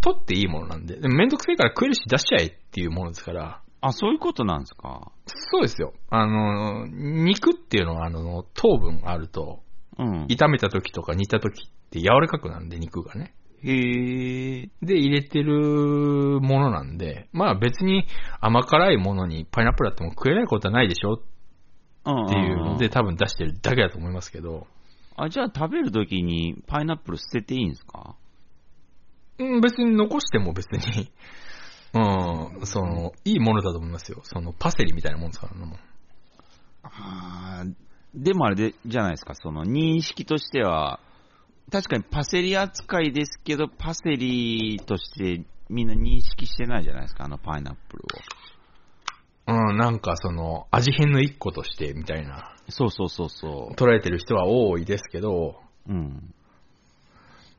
取っていいものなんで、でもめんどくせえから食えるし出しちゃえっていうものですから、あ、そういうことなんですかそうですよ。あの、肉っていうのは、あの、糖分あると、うん。炒めた時とか煮た時って柔らかくなるんで、肉がね。へえ。で、入れてるものなんで、まあ別に甘辛いものにパイナップルあっても食えないことはないでしょっっていうので、多分出してるだけだと思いますけど、あ、じゃあ食べるときにパイナップル捨てていいんですかうん、別に残しても別に、うん、その、いいものだと思いますよ。そのパセリみたいなもんですからねもうあーでもあれで、じゃないですか、その認識としては、確かにパセリ扱いですけど、パセリとしてみんな認識してないじゃないですか、あのパイナップルを。うん、なんかその、味変の一個としてみたいな、そうそうそうそ捉えてる人は多いですけど、う。うん。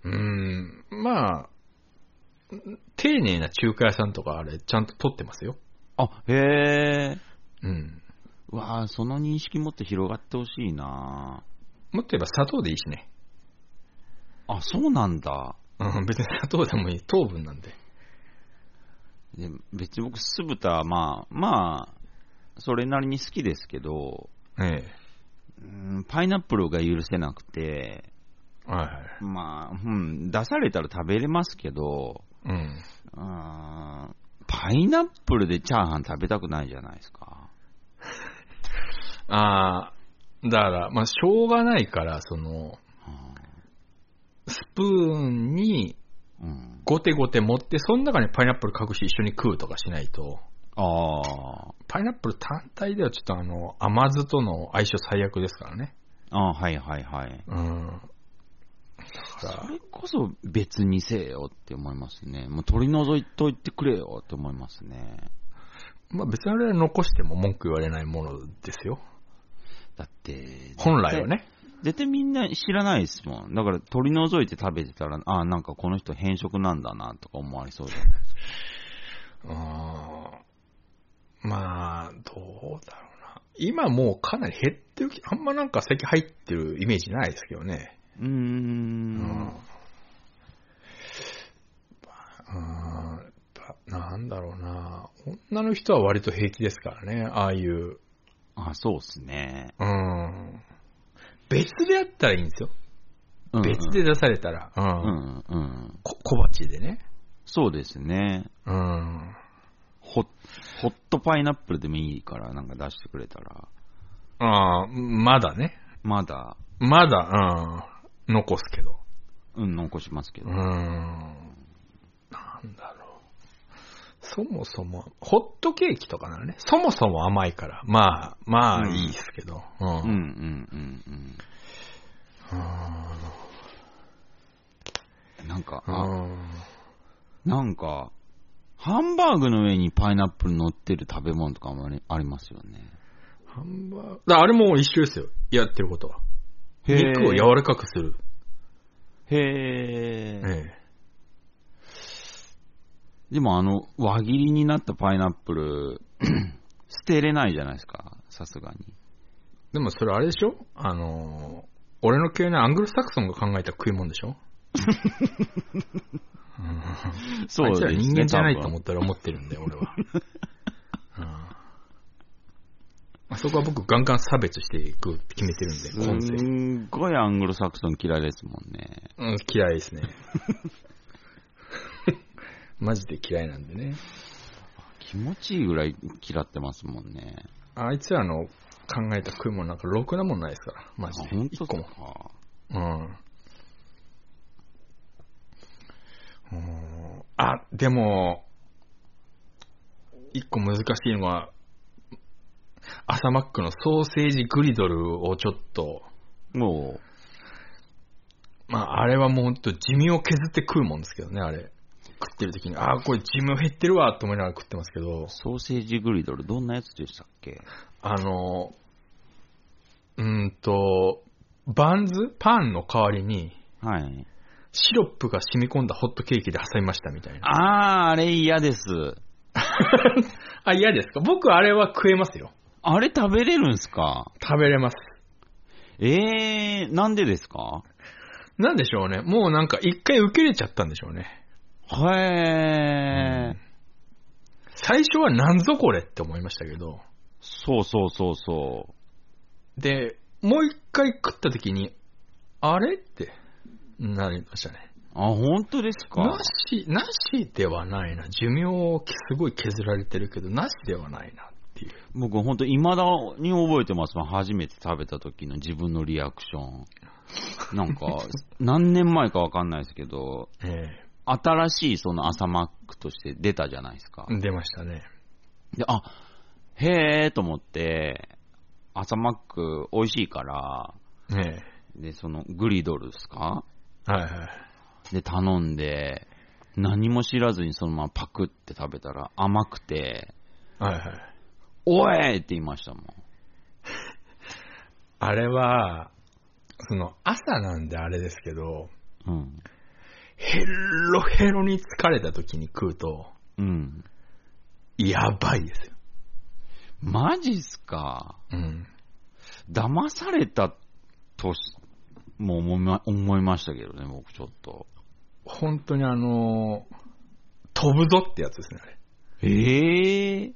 うん、まあ、丁寧な中華屋さんとかあれ、ちゃんと取ってますよ。あ、へえ。うん。うわあ、その認識もっと広がってほしいなもっと言えば砂糖でいいしね。あ、そうなんだ。うん、別に砂糖でもいい。糖分なんで。で別に僕、酢豚はまあ、まあ、それなりに好きですけど、えうんパイナップルが許せなくて、え。はいはい。まあ、うん、出されたら食べれますけど、うん。うーんパイナップルでチャーハン食べたくないじゃないですか。ああ、だから、まあ、しょうがないから、その、スプーンにうん、ゴテゴテ持って、その中にパイナップル隠して一緒に食うとかしないと、あーパイナップル単体ではちょっとあの、甘酢との相性最悪ですからね。あー、はいはいはい。うん。だそから、れこそ別にせえよって思いますね。もう取り除いといてくれよって思いますね。まあ、別にあれは残しても文句言われないものですよ。だって、本来はね。絶対。絶対みんな知らないですもん。だから取り除いて食べてたら、あーなんかこの人変色なんだなとか思われそうじゃないですか。うーんまあ、どうだろうな。今もうかなり減ってる気、あんまなんか最近入ってるイメージないですけどね。うー。うんうんやっぱなんだろうな。女の人は割と平気ですからね、ああいう。あ、そうっすね。うん。別でやったらいいんですよ。うんうん別で出されたら。う。うんんうん。こ小鉢でね。そうですね。うん。ホッホットパイナップルでもいいから、なんか出してくれたら。ああ、まだね。まだ、まだ、うん。残すけど。うん、残しますけうど。ーんなんだろう。そもそも、ホットケーキとかならね、そもそも甘いから、まあ、まあうんいいですけど。うん。うん、うん、うん、うん。なんか、あ、うんなんか、ハンバーグの上にパイナップル乗ってる食べ物とかもありありますよね。ハンバーグ。だあれも一緒ですよ。やってることは。肉を柔らかくする。へえ。ええでもあの、輪切りになったパイナップル、 捨てれないじゃないですか、さすがに。でもそれあれでしょあのー俺の嫌いなアングルサクソンが考えた食い物でしょそあいつら人間じゃない多と分思ったら思ってるんで、俺は。うんあそこは僕ガンガン差別していくって決めてるんで、今世す。んごいアングロサクソン嫌いですもんね。うん、嫌いですね。 マジで嫌いなんでね。気持ちいいぐらい嫌ってますもんね。あいつらの考えた食い物なんかろくなもんないですから、マあジで。本一当個ですも。か。うん。うんあ、でも、一個難しいのは、朝マックのソーセージグリドルをちょっと、もまあ、あれはもうほんと地味を削って食うもんですけどね、あれ。食ってる時に、ああ、これ地味減ってるわ、と思いながら食ってますけどう、、ソーセージグリドル、どんなやつでしたっけあの、うーんと、バンズパンの代わりに、はい。シロップが染み込んだホットケーキで挟みましたみたいな。あー、あれ嫌です。あ、嫌ですか僕、あれは食えますよ。あれ食べれるんすか食べれます。えー、なんでですかなんでしょうね。もうなんか一回受け入れちゃったんでしょうね。へー。最初はなんぞこれって思いましたけど。そうそうそうそで、もう一回食った時に、あれってなりましたね。う。あ、本当ですなかし、なしではないな。寿命をすごい削られてるけど、なしではないなっていう。僕、本当、いまだに覚えてますもん。初めて食べた時の自分のリアクション。な んか、何年前かわかんないですけど、え新しいその朝マックとして出たじゃないですかえ。出ましたね。で、あ、へえと思って、朝マック美味しいから、えで、そのグリドルですかえはいはい。で、頼んで、何も知らずにそのままパクって食べたら甘くて、はいはい。おいって言いましたもん。あれは、その、朝なんであれですけど、うん。ヘロヘロに疲れた時に食うと、うん。やばいですよ。マジっすか。うん。騙されたとし、も思いま思いましたけどね、僕ちょっと。本当にあのー飛ぶぞってやつですね、あれ。ええ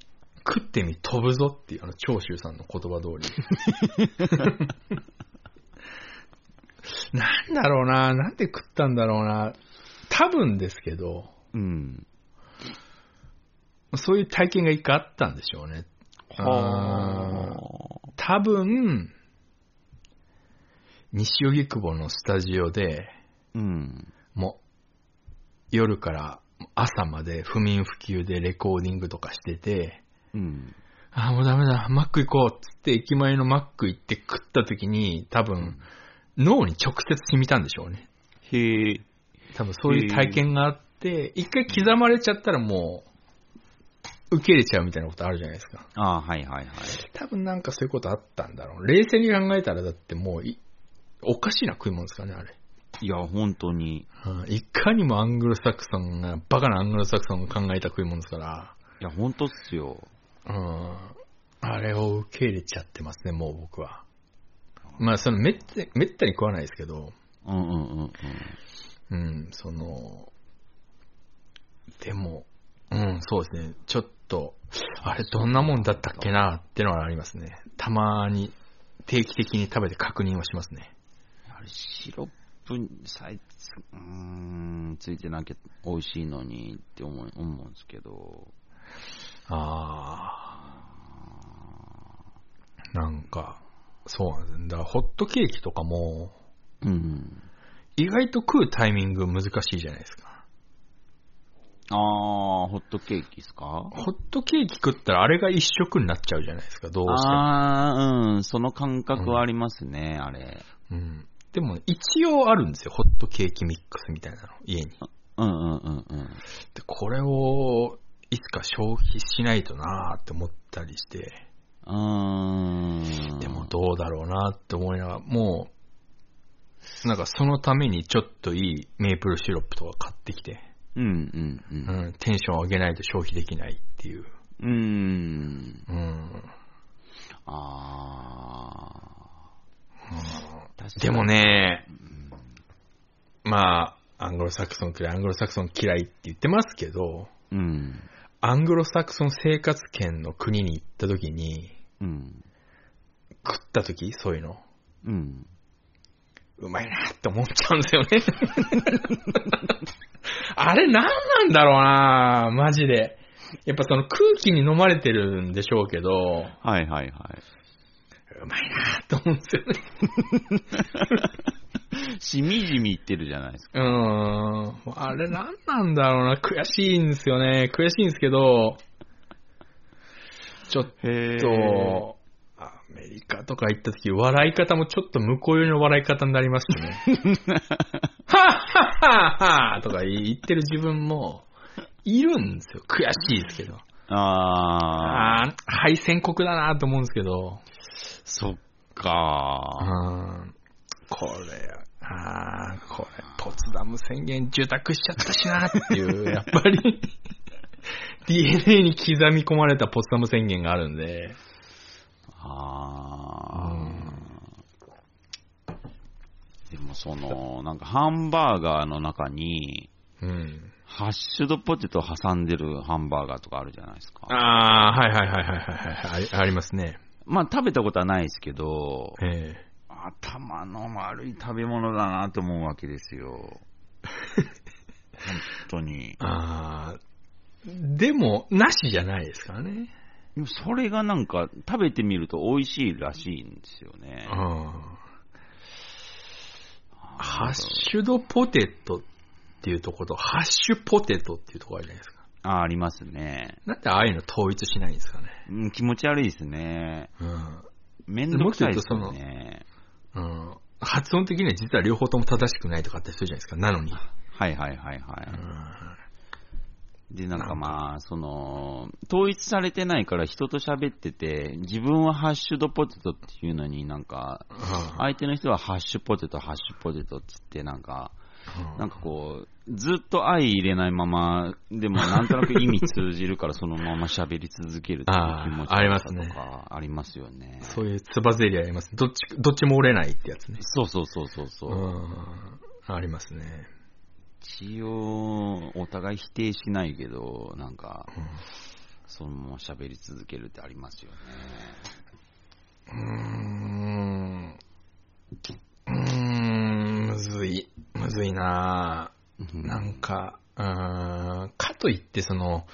食ってみ飛ぶぞっていう、あの、長州さんの言葉通 り。なんだろうな、なんで食ったんだろうな。多分ですけど、うん。そういう体験が一回あったんでしょうね。あはあ。多分、西荻窪のスタジオで、うん。もう、夜から朝まで不眠不休でレコーディングとかしてて、うん。あー、もうダメだ、マック行こうっつって駅前のマック行って食った時に、多分、脳に直接染みたんでしょうね。へえ。多分そういう体験があって、一回刻まれちゃったらもう、受け入れちゃうみたいなことあるじゃないですか。ああ、はいはいはい。多分なんかそういうことあったんだろう。冷静に考えたらだってもうい、おかしいな食い物ですかね、あれ。いや、本当に。うんいかにもアングロサクソンが、バカなアングロサクソンが考えた食い物ですから、いや、本当っすよ。うん、あれを受け入れちゃってますね、もう僕は。まあ、そのめったに、めったに食わないですけど、うんうんうんうん。うん、その、でも、うん、そうですね、ちょっと、あれどんなもんだったっけなってのはありますね。たまに、定期的に食べて確認をしますね。あれ、シロップにさえつ、うーん、ついてなきゃ美味しいのにって思う思うんですけど。ああ。なんか、そうなんですね。だから、ホットケーキとかも、うん。意外と食うタイミング難しいじゃないですか。ああ、ホットケーキっすかホットケーキ食ったらあれが一食になっちゃうじゃないですか、どうしても。ああ、うん、その感覚はありますね、あれ。うん、でも、一応あるんですよ、ホットケーキミックスみたいなの、家に。うんうんうんうん。で、これを、いつか消費しないとなーって思ったりして、うーん。でもどうだろうなって思いながら、もう、なんかそのためにちょっといいメープルシロップとか買ってきて、うんうんう。うんん、テンション上げないと消費できないっていう。うーん。うん、ああ。でも、ね、まあ、アングロサクソン嫌い、アングロサクソン嫌いって言ってますけど、うん。アングロサクソン生活圏の国に行った時に、うん。食った時そういうの。うん。うまいなって思っちゃうんですよね。 あれ何なんだろうなマジで。やっぱその空気に飲まれてるんでしょうけど、うはいはいはまいなって思うんですよね。い。しみじみ言ってるじゃないですか。うーん。あれ何なんだろうな悔しいんですよね。悔しいんですけど、ちょっへと、アメリカとか行った時、笑い方もちょっと向こう寄りの笑い方になりますしね。はっはっはっはとか言ってる自分も、いるんですよ。悔しいですけど。ああ、ああ、敗戦国だなと思うんですけど。そっうか。ん。これ、ああ、これ、ポツダム宣言住宅しちゃったしなっていう、やっぱり、DNA に刻み込まれたポツダム宣言があるんで。ああ。でもその、なんかハンバーガーの中に、うん。ハッシュドポテト挟んでるハンバーガーとかあるじゃないですか。ああ、はいはいはいはいはい、はいあ。ありますね。まあ食べたことはないですけど、ええ 頭の悪い食べ物だなと思うわけですよ。本当に。あーでも、なしじゃないですからね。でもそれがなんか、食べてみると美味しいらしいんですよねう。ん。ハッシュドポテトっていうところと、ハッシュポテトっていうところあるじゃないですか。あ、ありますね。なんでああいうの統一しないんですかね。うん、気持ち悪いですね。うん。めんどくさいですよね。うん。発音的には実は両方とも正しくないとかあったりするじゃないですか。なのに。はいはいはいはうん。い。で、なんかまあ、その、統一されてないから人と喋ってて、自分はハッシュドポテトっていうのになんか、は相手の人はハッシュポテト、ハッシュポテトっつってなんか、いなんかこう、ずっと相入れないまま、でもなんとなく意味通じるからそのまま喋り続けるっていう気持ちあーありますねとかありますよね。そういうつばぜりあります。どっち、どっちも折れないってやつね。そうそうそうそうそうう。ん。ありますね。一応、お互い否定しないけど、なんか、うんそのまま喋り続けるってありますようね。ーん。うーん、むずい。むずいなぁなんか、うーん、かといってその、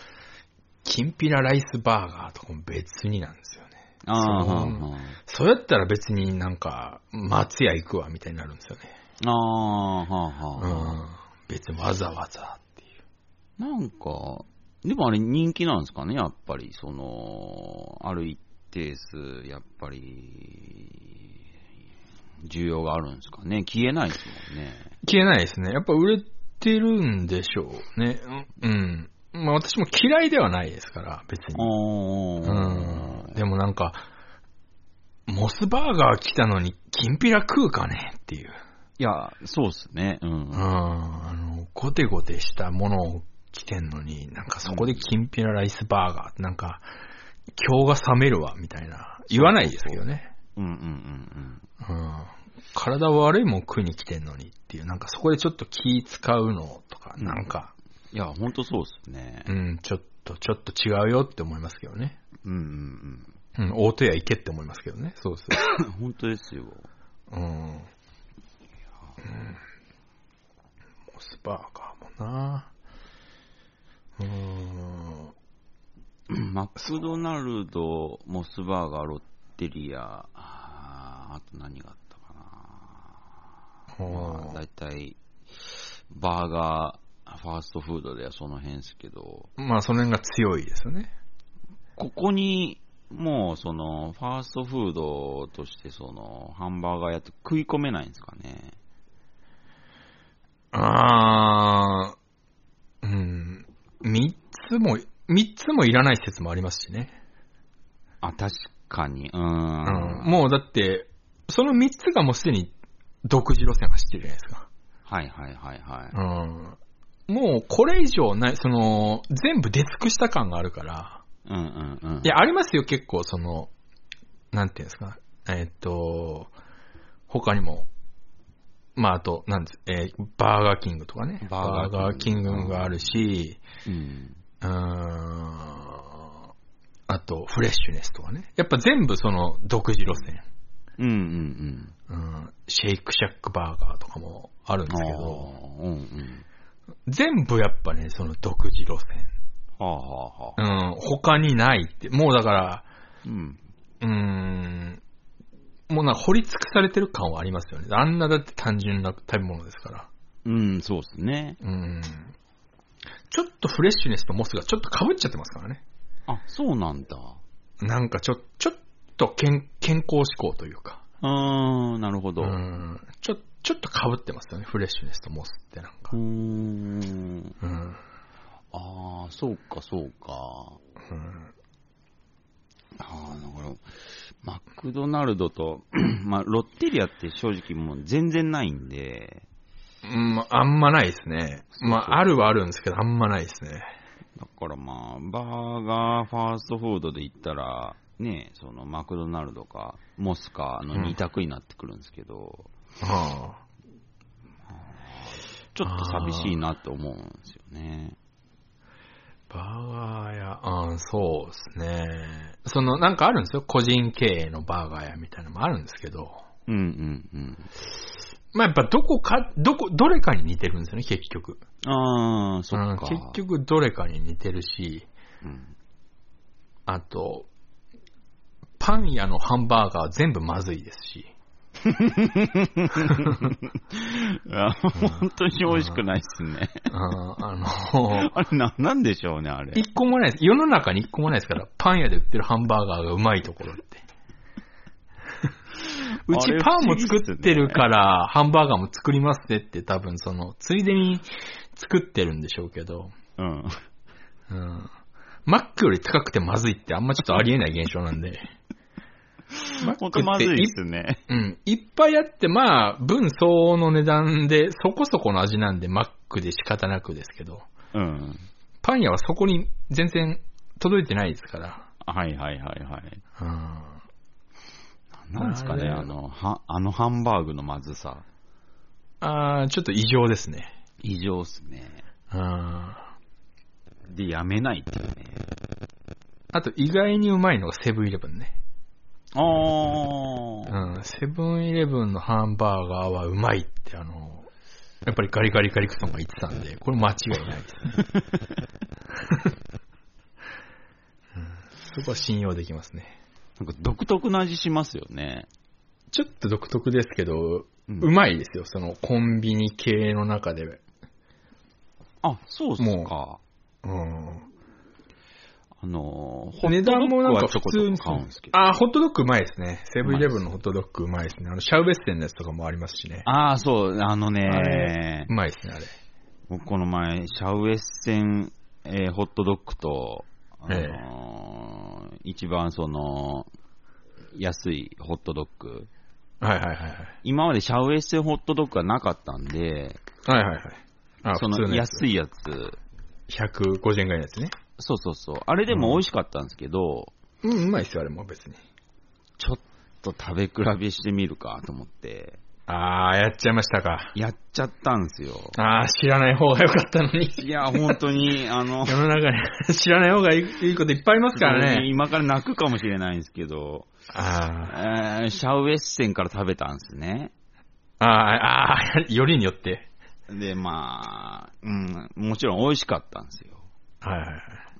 きんぴらライスバーガーとかも別になんですよね。ああ、そうはんはんそうやったら別になんか、松屋行くわみたいになるんですよね。ああ、はうあはあん。別にわざわざっていう。なんか、でもあれ人気なんですかね、やっぱり、その、ある一定数、やっぱり、需要があるんですかね。消えないですもんね。消えないですね。やっぱ売れてるんでしょうね。うん。うんまあ私も嫌いではないですから、別に。あうん。でもなんか、モスバーガー来たのに、きんぴら食うかねっていう。いや、そうっすね。ううんん。。あの、ゴテゴテしたものを着てんのに、なんかそこできんぴらライスバーガーって、なんか、今日が冷めるわ、みたいな。言わないですけどね。うんうんうんうん。体悪いもん食いに来てんのにっていう、なんかそこでちょっと気使うのとか、なんか、うん。いや、ほんとそうっすねう。ん、ちょっと、ちょっと違うよって思いますけどね。うんううんん、大戸屋行けって思いますけどね。そうそう。うん。 ほんとですよ。うん。うんモスバーガーもな。うーん。マクドナルド、モスバーガー、ロッテリア、あーあと何があったかな。まあ、あ大体、バーガー、ファーストフードではその辺ですけど、ーまあ、その辺が強いですよね。ここに、もう、その、ファーストフードとして、その、ハンバーガーやって食い込めないんですかね。あー、うん。三つも、三つもいらない説もありますしね。あ、確かに、うーん。うん。う、もうだって、その三つがもうすでに独自路線走ってるじゃないですか。はいはいはいはい。うん。もうこれ以上ない、その、全部出尽くした感があるから。うんうんうん。い、や、ありますよ、結構、その、なんていうんですか、えーっと、他にも、まあ、あと、なんです、えーバーガーキングとかね。ババーーガガーーキキンンググがあるし、うん。うーん、あと、フレッシュネスとかね。やっぱ全部その、独自路線。うんうんうん。うん、シェイクシャックバーガーとかもあるんですけど、あーうんうん。全部やっぱね、その独自路線。はあはあはうあ。ん、他にないって。もうだから、うん。うーん、もうなんか掘り尽くされてる感はありますよね。あんなだって単純な食べ物ですから。うん、そうですね。うん。ちょっとフレッシュネスとモスがちょっと被っちゃってますからね。あ、そうなんだ。なんかちょ、ちょっと健健康志向というか。うーん、なるほど。ん。ちょ、ちょっと被ってますよね。フレッシュネスとモスってなんうかー。ん。うん。ああ、そうか、そうか。うんああ、だから、マクドナルドと、 まあ、ロッテリアって正直もう全然ないんで、うん。まああんまないですね。まあ、あるはあるんですけど、あんまないですね。だからまあ、バーガー、ファーストフードで言ったら、ね、そのマクドナルドか、モスかの二択になってくるんですけど、はあちょっと寂しいなって思うんですよね。バーガー屋、うん、そうですね。その、なんかあるんですよ。個人経営のバーガー屋みたいなのもあるんですけど、うんうんうん。まあやっぱどこか、どこ、どれかに似てるんですよね、結局。ああ、そっか。うん結局どれかに似てるし、うん。あと、パン屋のハンバーガー全部まずいです し。あ本当に美味しくないっすね。うんあの、あれ、な、なんでしょうね、あれ。一個もないです。世の中に一個もないですから、パン屋で売ってるハンバーガーがうまいところって。うちあれパンも作ってるから、ハンバーガーも作りますねって多分その、ついでに作ってるんでしょうけど、うん。うん。マックより高くてまずいってあんまちょっとありえない現象なんで。マ本当まずいっすね。うん。いっぱいあって、まあ、分相応の値段で、そこそこの味なんで、マックで仕方なくですけど、うん。パン屋はそこに全然届いてないですから。はいはいはいはい。うん。なんですかあね、れあの、は、あのハンバーグのまずさ。あーちょっと異常ですね。異常っすね。うん。あで、やめないっていうね。と、意外にうまいのがセブンイレブンね。あうあ。ん。セブンイレブンのハンバーガーはうまいって、あの、やっぱりガリガリガリクソンが言ってたんで、これ間違いないですね。 うん、そこは信用できますね。なんか独特な味しますよね。ちょっと独特ですけど、ううまいですよ、そのコンビニ系の中で。あ、そうっすか。うん。あの、値段もなんか普通にホットドッグはちょこちょこ買うんですけど。あー、ホットドッグうまいですね。セブンイレブンのホットドッグうまいですね。あの、シャウエッセンのやつとかもありますしね。ああ、そう、あのあねれう、まいですね、あれ。僕この前、シャウエッセン、えーホットドッグと、あのーえ一番その、安いホットドッグ。はいはいはい今までシャウエッセンホットドッグはなかったんで、はい。はいはいはい。あ、そ普通ののやつ安いやつ。 150円ぐらいのやつね。そうそうそう。あれでも美味しかったんですけど、うん、うまいですよ、あれも別に。ちょっと食べ比べしてみるかと思って、あー、やっちゃいましたか。やっちゃったんですよ。あー、知らない方が良かったの に。いや、本当に、あの、世の中に知らない方がいいいいこといっぱいありますからね。今から泣くかもしれないんですけど、あー、えーシャウエッセンから食べたんですね。あー、あー、よりによって。で、まあ、うん、もちろん美味しかったんですよ。はいはい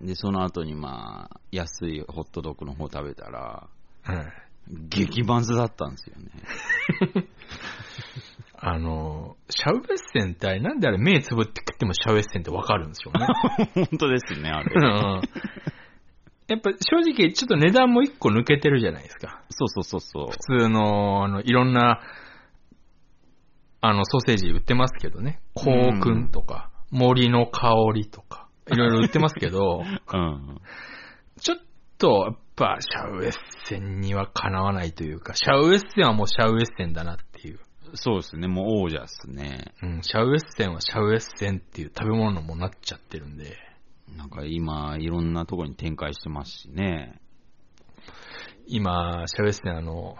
で、その後にまあ、安いホットドッグの方食べたら、はいはい。激バンズだったんです よね。あの、シャウエッセンってあれ、なんであれ目つぶって食ってもシャウエッセンってわかるんでし ょうね。本当ですね、あうれ。んやっぱ正直ちょっと値段も一個抜けてるじゃないですか。そうそうそうそう。普通の、あの、いろんな、あの、ソーセージ売ってますけどね。コウくんとか、森の香りとか、いろいろ売ってますけど、うん。 ちょっと、やっぱ、シャウエッセンにはかなわないというか、シャウエッセンはもうシャウエッセンだなっていう。そうですね、もう王者ですね。うん、シャウエッセンはシャウエッセンっていう食べ物もなっちゃってるんで。なんか今、いろんなとこに展開してますしね。今、シャウエッセンあの、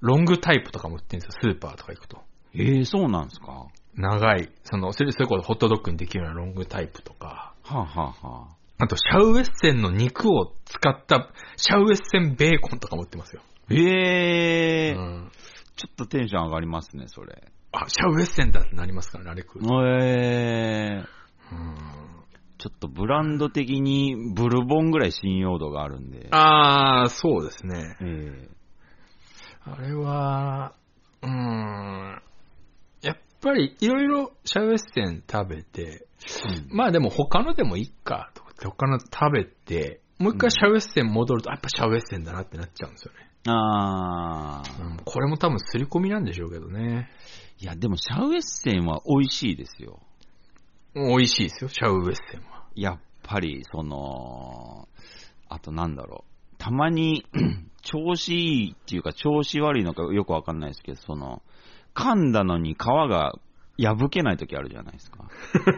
ロングタイプとかも売ってるんですよ、スーパーとか行くと。えー、そうなんですかは長い、その、それそれこそホットドッグにできるようなロングタイプとか、あ、はあはあ、あと、シャウエッセンの肉を使った、シャウエッセンベーコンとかも売ってますよ。えー、うんちょっとテンション上がりますね、それ。あ、シャウエッセンだってなりますからね、あれ食うと。えー、うんちょっとブランド的にブルボンぐらい信用度があるんで。あー、そうですね。ええあれは、うーん、やっぱり、いろいろシャウエッセン食べて、まあでも他のでもいいか、とかって他の食べて、もう一回シャウエッセン戻ると、あやっぱシャウエッセンだなってなっちゃうんですよね。ああ。うんこれも多分刷り込みなんでしょうけどね。いや、でもシャウエッセンは美味しいですよ。美味しいですよ、シャウエッセンは。やっぱり、その、あとなんだろう。たまに、 調子いいっていうか、調子悪いのかよくわかんないですけど、その、噛んだのに皮が破けない時あるじゃないですか。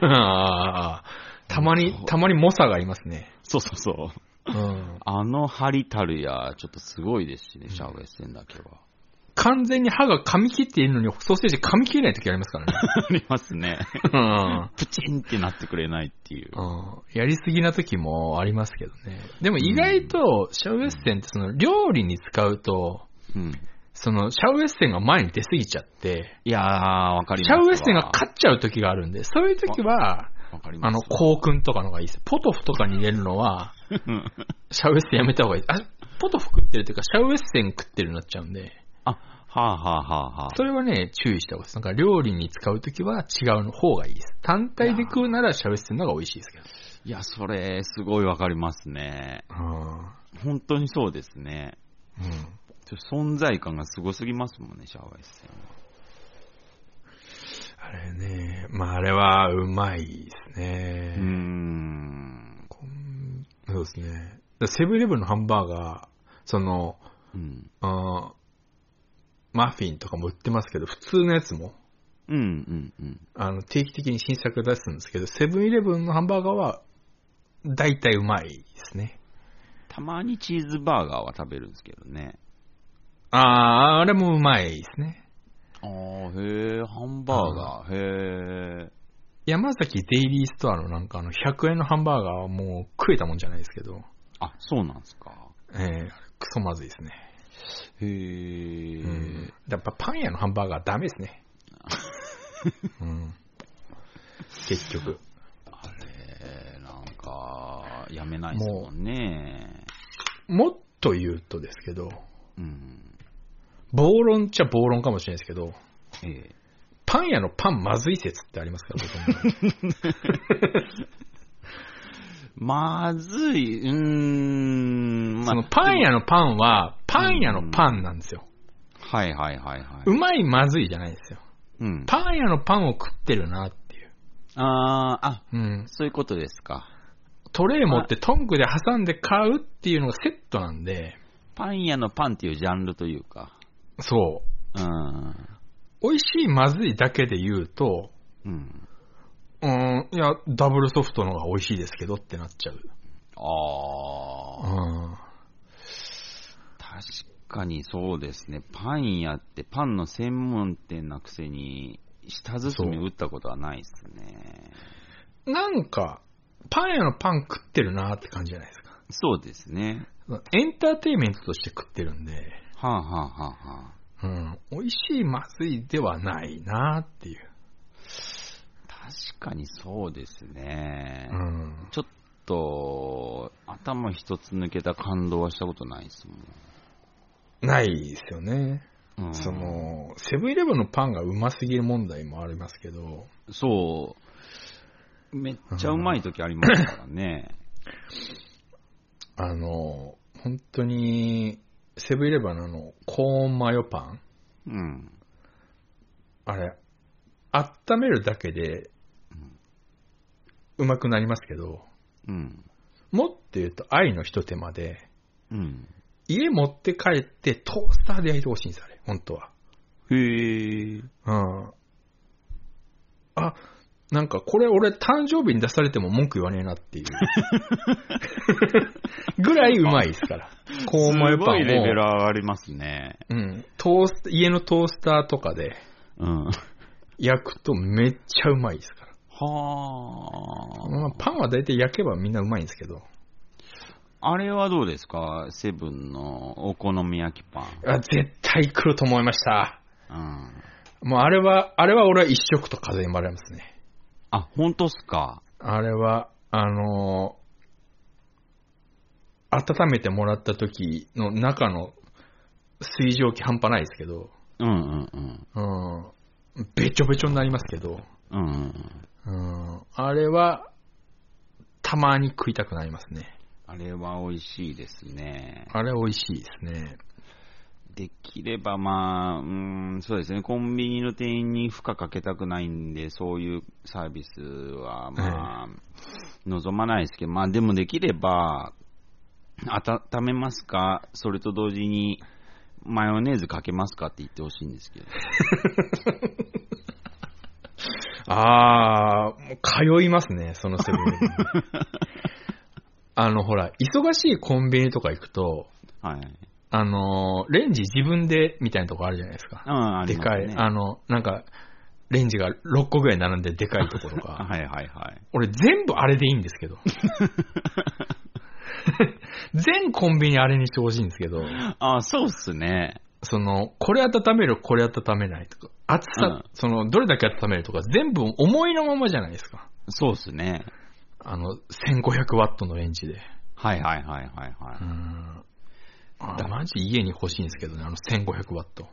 あーたまに、たまに猛者がいますね。そうそうそう。うん、あのハリタルや、ちょっとすごいですしね、シャウエッセンだけ は。完全に歯が噛み切っているのに、ソーセージ噛み切れない時ありますからね。ありますね。うんプチンってなってくれないっていう。うんやりすぎな時もありますけどね。でも意外と、シャウエッセンってその料理に使うと、うん。その、シャウエッセンが前に出すぎちゃって、いやー、わかりシますわ。ャウエッセンが勝っちゃう時があるんで、そういう時は、わかりあますの、コウ君とかの方がいいです。ポトフとかに入れるの は、シャウエッセンやめた方がいい。あ、ポトフ食ってるというか、シャウエッセン食ってるようになっちゃうんで、あ、はあはあはあはあ。それはね、注意した方がいいです。なんか料理に使うときは違うの方がいいです。単体で食うならシャウエッセンの方が美味しいですけど。いや、それ、すごいわかりますね。うん。本当にそうですね。ちょ存在感がすごすぎますもんね、シャワーエッセンは。あれね、まああれはうまいですねうー。ん。こんそうですね。だセブンイレブンのハンバーガー、その、うん。うんマフィンとかも売ってますけど、普通のやつも、うん、うん、うん。あの、定期的に新作出すんですけど、セブンイレブンのハンバーガーは、大体うまいですね。たまにチーズバーガーは食べるんですけどね。ああ、あれもうまいですね。あー、へー、ハンバーガー、へー。山崎デイリーストアのなんかあの100円のハンバーガーはもう食えたもんじゃないですけど、あ、そうなんですか。えー、クソまずいですね。へうーん。、やっぱパン屋のハンバーガーはダメです ね。うん、結局。あれ、なんか、やめないですもんね。もっと言うとですけど、うん。暴論っちゃ暴論かもしれないですけど、ええパン屋のパンまずい説ってありますから、僕 もまずい、うーん、まそのパン屋のパンは、パン屋のパンなんですよ。はいはいはいはうい。まいまずいじゃないんですよ。うん。パン屋のパンを食ってるなっていう。あーあ、うん、そういうことですか。トレイ持ってトングで挟んで買うっていうのがセットなんで、パン屋のパンっていうジャンルというか。そうん。う。美味しい、まずいだけで言うと、うん。うーん、いや、ダブルソフトの方が美味しいですけどってなっちゃう。ああ、うん。確かにそうですね。パン屋ってパンの専門店なくせに、舌包み打ったことはないですね。なんか、パン屋のパン食ってるなって感じじゃないですか。そうですね。エンターテインメントとして食ってるんで、はあ、はあはあはあ、うん、美味しい、まずいではないなっていう。確かにそうですね。うん。ちょっと、頭一つ抜けた感動はしたことないですもないですよね。ん。うん、その、セブンイレブンのパンがうますぎる問題もありますけど、そう。めっちゃうまい時ありますからね。あの、本当に、セブンイレブンのあの、コーンマヨパンうん。あれ、温めるだけで、うまくなりますけど、うん。もっと言うと愛の一手間で、うん。家持って帰ってトースターで焼いてほしいんです、あれ、本当は。へえ。うん。あ、なんかこれ俺誕生日に出されても文句言わねえな っていう。ぐらいうまいですから。コーンマヨすパごンいレベルを、上がりますね。うん、トース家のトースターとかで、うん。焼くとめっちゃうまいですから。まあはパンは大体焼けばみんなうまいんですけど。あ。あれはどうですかセブンのお好み焼きパあ絶対来ると思いました。ン。うん。もうあれは、あれは俺は一食と数えまれますね。あ、本当っすかあれは、あのー温めてもらった時の中の水蒸気半端ないですけど、うんうんうん。うん、べちょべちょになりますけど、うんうんうん。うん、あれは、たまに食いたくなりますね。あれは美味しいですね。あれ美味しいですね。できればまあ、うーん、そうですね、コンビニの店員に負荷かけたくないんで、そういうサービスはまあ、望まないですけど、まあでもできれば、温めますか、それと同時に、マヨネーズかけますかって言ってほしいんですけど。あー、もう通いますね、そのセブンイレブン あの、ほら、忙しいコンビニとか行くと、はい。あのーレンジ自分でみたいなとこあるじゃないですか。うん、あでりますかい、ね。あの、なんか、レンジが6個ぐらい並んででかいところ が。はいはいはい。俺全部あれでいいんです けど。全コンビニあれにしてほしいんですけど、あそうっすね。その、これ温める、これ温めないとか、熱さ、うその、どれだけ温めるとか、全部思いのままじゃないですか。そうですね。あの、1500ワットのレンジで。はいはいはいはいはうい。ん。あマジ家に欲しいんですけどね、あの1500ワット。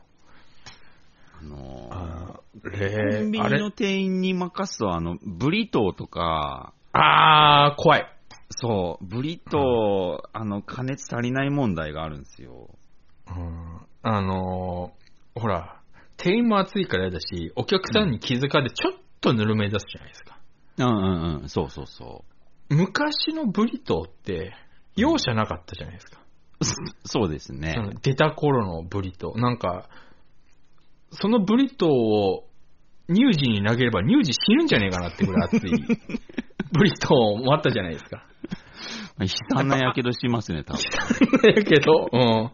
あのーあコンビあニれの店員に任すと、あの、ブリトーとか、あー、怖い。そう、ブリトー、あの、加熱足りない問題があるんですよ。うん。あのーほら、店員も暑いから嫌だし、お客さんに気づかれてちょっとぬるめ出すじゃないですか。うんうんうん、そうそうそ昔のブリトーって、容赦なかったじゃないですか。う。そうですねそ。の出た頃のブリトー。なんか、そのブリトーを乳児に投げれば乳児死ぬんじゃねえかなってぐらい 熱いブリトーもあったじゃないですか。悲惨なやけどしますね、多分。だけど、うん。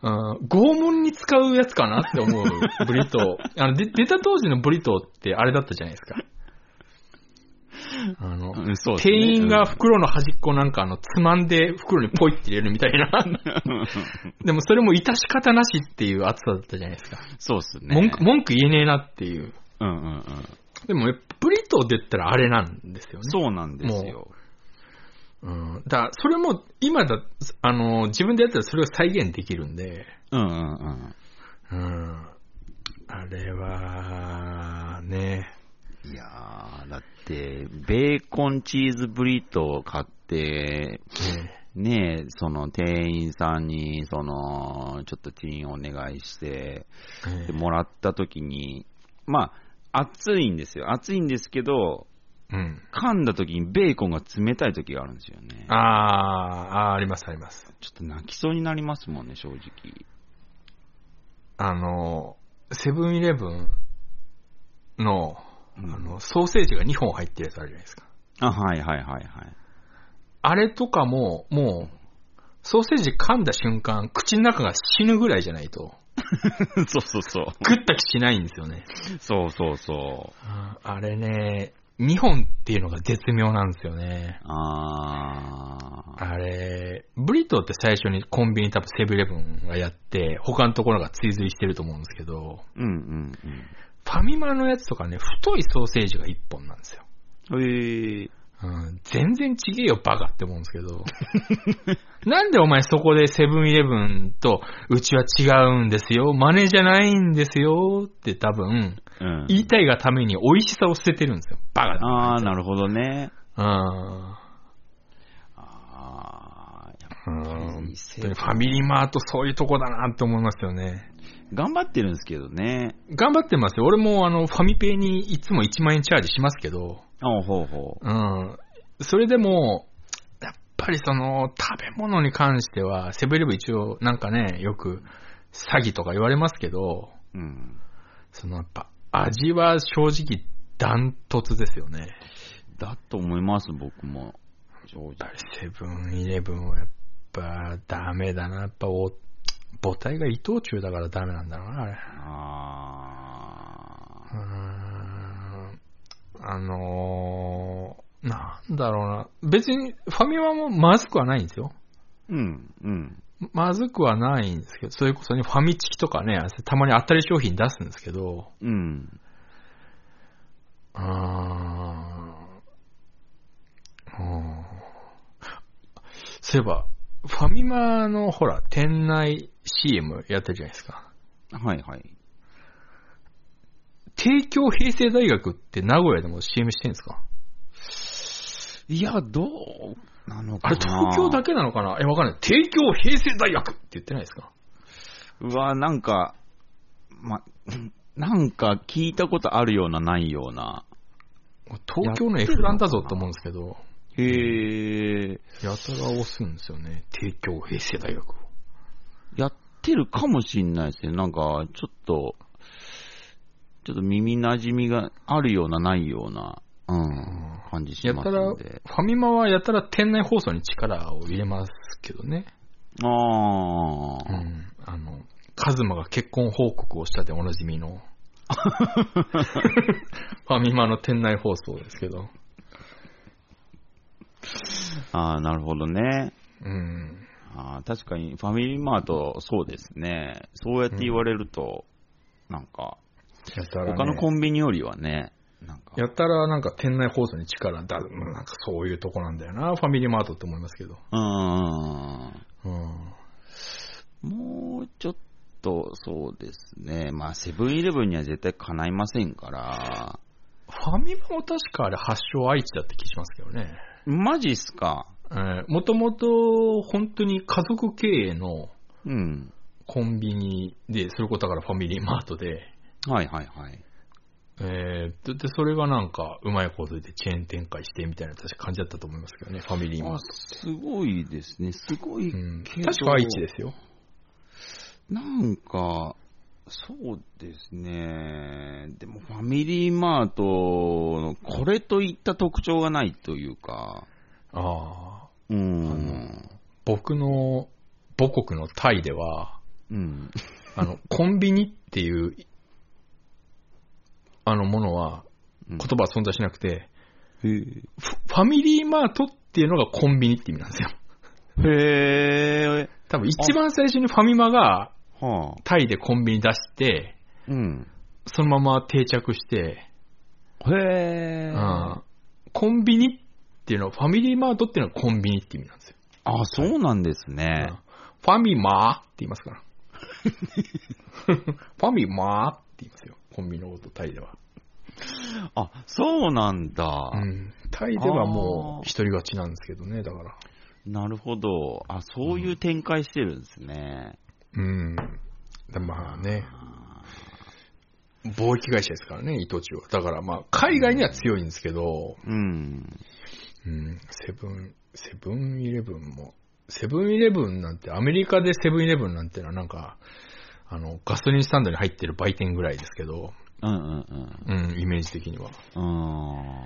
うん拷問に使うやつかなって思うブリトー。あの、で出た当時のブリトーってあれだったじゃないですか。あの、 うんそうですね店員が袋の端っこなんかあの、つまんで袋にポイって入れるみたいな。うん でもそれも致し方なしっていう熱さだったじゃないですか。そうっすね。文句、文句言えねえなっていう。うんうんうん。でも、ブリトーって言ったらあれなんですよね。そうなんですよ。うん。だからそれも、今だ、あの、自分でやったらそれを再現できるんで、うんうんうん。うん。あれは、ね。いやー、だって、ベーコンチーズブリトー買って、ねねえ、その店員さんに、その、ちょっとチンお願いして、でもらった時に、まあ、熱いんですよ。熱いんですけど、うん。噛んだ時にベーコンが冷たい時があるんですよね。あーあー、ありますあります。ちょっと泣きそうになりますもんね、正直。あの、セブンイレブンの、あうんの、ソーセージが2本入ってるやつあるじゃないですか。あ、はいはいはいはい。あれとかも、もう、ソーセージ噛んだ瞬間、口の中が死ぬぐらいじゃないと、 そうそうそう。食った気しないんですよね。そうそうそう。あーあれね、2本っていうのが絶妙なんですよね。あー。あれ、ブリトーって最初にコンビニ多分セブンイレブンがやって、他のところが追随してると思うんですけど、うんうんファミマのやつとかね、太いソーセージが1本なんですよ。うん。へえ。うん、全然ちげえよ、バカって思うんですけど。 なんでお前そこでセブンイレブンと、うちは違うんですよ、真似じゃないんですよって多分、うん。言いたいがために美味しさを捨ててるんですよ。バカだ。あー、なるほどね。うん。あー。やっぱうんり本当にファミリーマートそういうとこだなって思いますよね。頑張ってるんですけどね。頑張ってますよ。俺もあの、ファミペイにいつも1万円チャージしますけど、あほうほう。うん。それでも、やっぱりその、食べ物に関しては、セブンイレブン一応なんかね、よく詐欺とか言われますけど、うん。そのやっぱ味は正直ダントツですよね。だと思います、僕も。正直やっぱりセブンイレブンはやっぱダメだな。やっぱお、母体が伊藤忠だからダメなんだろうな、あれ。あうーんあのー、なんだろうな。別にファミマもまずくはないんですよ。ー。うん、うん。まずくはないんですけど、それこそね、ファミチキとかね、たまに当たり商品出すんですけど、うん。うーん。うんそういえば、ファミマのほら、店内 CM やってるじゃないですか。はいはい。帝京平成大学って名古屋でも CM してるんですかいや、どうなのかあれ、な東京だけなのかなえ、わかんない。帝京平成大学って言ってないですかうわ、なんか、ま、 なんか聞いたことあるような、ないような。東京の F ランだぞと思うんですけど、へえ。やたら押すんですよね。帝京平成大学を。やってるかもしんないですね。なんか、ちょっと、ちょっと耳馴染みがあるような、ないような、うん、感じしやまたすら、んフで。ァミマはやたら店内放送に力を入れますけどね。あうあ。ん。あの、カズマが結婚報告をしたでおなじみ の。ファミマの店内放送ですけど。ああ、なるほどね。うん。な。確かに、ファミリーマート、そうですね。そうやって言われると、なんか、やたら、ね、他のコンビニよりはね、なんか、やったらなんか店内放送に力だ、うんなんかそういうとこなんだよな、ファミリーマートって思いますけど。うーうん。ん。もうちょっと、そうですね。まあ、セブンイレブンには絶対叶いませんから、ファミマも確かあれ発祥愛知だって気しますけどね。マジっすか。えもともと本当に家族経営のうん。コンビニで、それこそだからファミリーマートで、はいはいはい。えー、で、それがなんか、うまいことでチェーン展開してみたいな確か感じだったと思いますけどね、ファミリーマーあト。すごいですね。すごいけうど、ん、確か愛知ですよ。なんか、そうですね。でもファミリーマートのこれといった特徴がないというか、ああ。うのん。僕の母国のタイでは、うん。あ の、コンビニっていう、あのものは、言言葉は存在しなくて、へーフファミリーマートっていうのがコンビニって意味なんですよ。へ多分一番最初にファミマがー。はあ。タイでコンビニ出して、うん。そのまま定着して、へー。うんコンビニっていうのは、ファミリーマートっていうのはコンビニって意味なんですよ。あ、そうなんですうんね。ファミマーって言います から。ファミマーって言いますよ。コンビニのこと、タイでは。あ、そうなんだ。うんタイではもう、一人勝ちなんですけどね、だから。なるほど。あ、そういう展開してるんですね。うん。だまあね、あ貿易会社ですからね、伊藤忠は。だからまあ、海外には強いんですけど、ーうん。うん、セブン、セブンイレブンも、セブンイレブンなんて、アメリカでセブンイレブンなんてのはなんか、あの、ガソリンスタンドに入ってる売店ぐらいですけど、うんうんうん。うん、イメージ的には。うーん。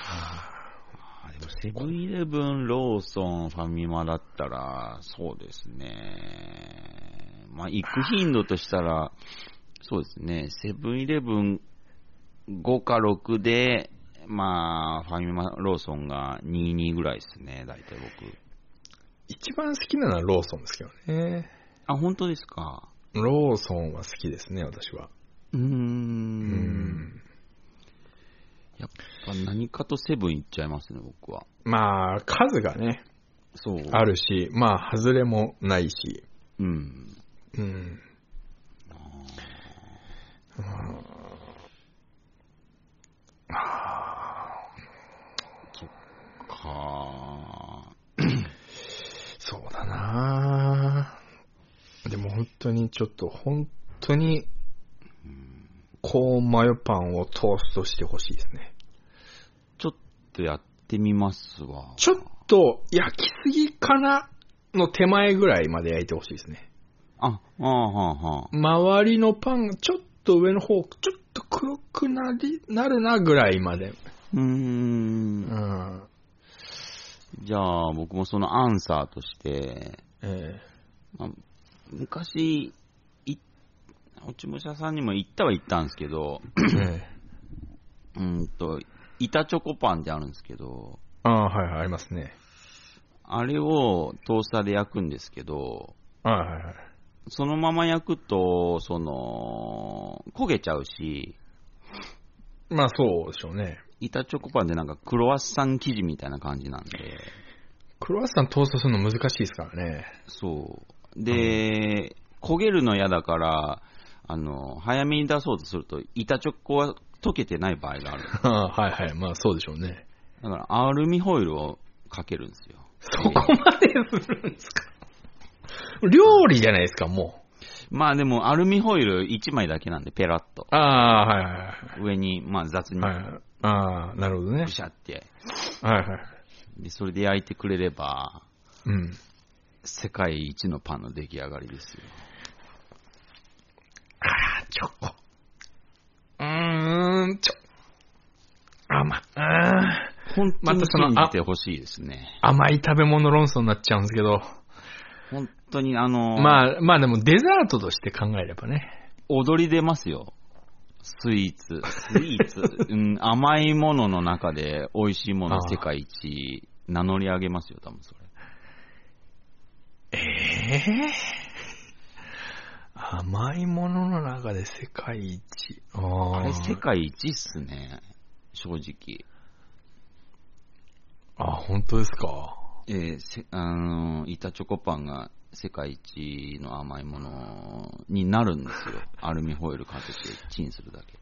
あでもセブンイレブン、ローソン、ファミマだったら、そうですね。まあ、行く頻度としたら、そうですね、セブンイレブン5か6で、まあ、ファミマ、ローソンが22ぐらいですね、大体僕。一番好きなのはローソンですけどね。あ、本当ですか。ローソンは好きですね、私は。うー。うんん。やっぱ何かとセブン行っちゃいますね、僕は。まあ、数がね、そう。あるし、まあ、外れもないし。うん。うん。うんかー。そうだなぁでも本当にちょっと、本当に、コーンマヨパンをトーストしてほしいですね。ちょっとやってみますわ。ちょっと焼きすぎかなの手前ぐらいまで焼いてほしいですね。あ、ああ、はあ、はあ。周りのパンがちょっと上の方、ちょっと黒くなり、なるなぐらいまで。うー。うんん。じゃあ、僕もそのアンサーとして、えまあ、昔、い、落ち武者さんにも行ったは行ったんですけど、えええうーんと、板チョコパンってあるんですけど、 ああ、はいはい、ありますね。あれをトースターで焼くんですけど、はいはいはい。そのまま焼くと、その、焦げちゃうし、まあそうでしょうね。板チョコパンってなんかクロワッサン生地みたいな感じなんで、クロワッサントーストするの難しいですからね。そう。で、焦げるの嫌だから、あの、早めに出そうとすると、板チョコは溶けてない場合があ る。ああはいはい。まあそうでしょうね。だから、アルミホイルをかけるんですよ。そこまでするんですか料理じゃないですか、もまあでも、アルミホイル1枚だけなんで、ペラッと。う。ああ、はいは上に、まあ雑にいはい。はいはい、ああ、なるほどねブ。シャって。はいはい。で、それで焼いてくれれば、うん。世界一のパンの出来上がりですよ。ああ、チョコ。うーん、ちょ、甘、あ本当にまたその信じてほしいですね。あ、甘い食べ物論争になっちゃうんですけど。本当に、あの、まあ、まあでもデザートとして考えればね。踊り出ますよ。スイーツ。スイーツ。 うん、甘いものの中で美味しいもあのあ世界一名乗り上げますよ、多分それ。ええ甘いものの中で世界一。あーあれ、世界一っすね。正直。あ、本当ですか。えーせあのー、板チョコパンが世界一の甘いものになるんです よ。アルミホイルかけてチンするだけで。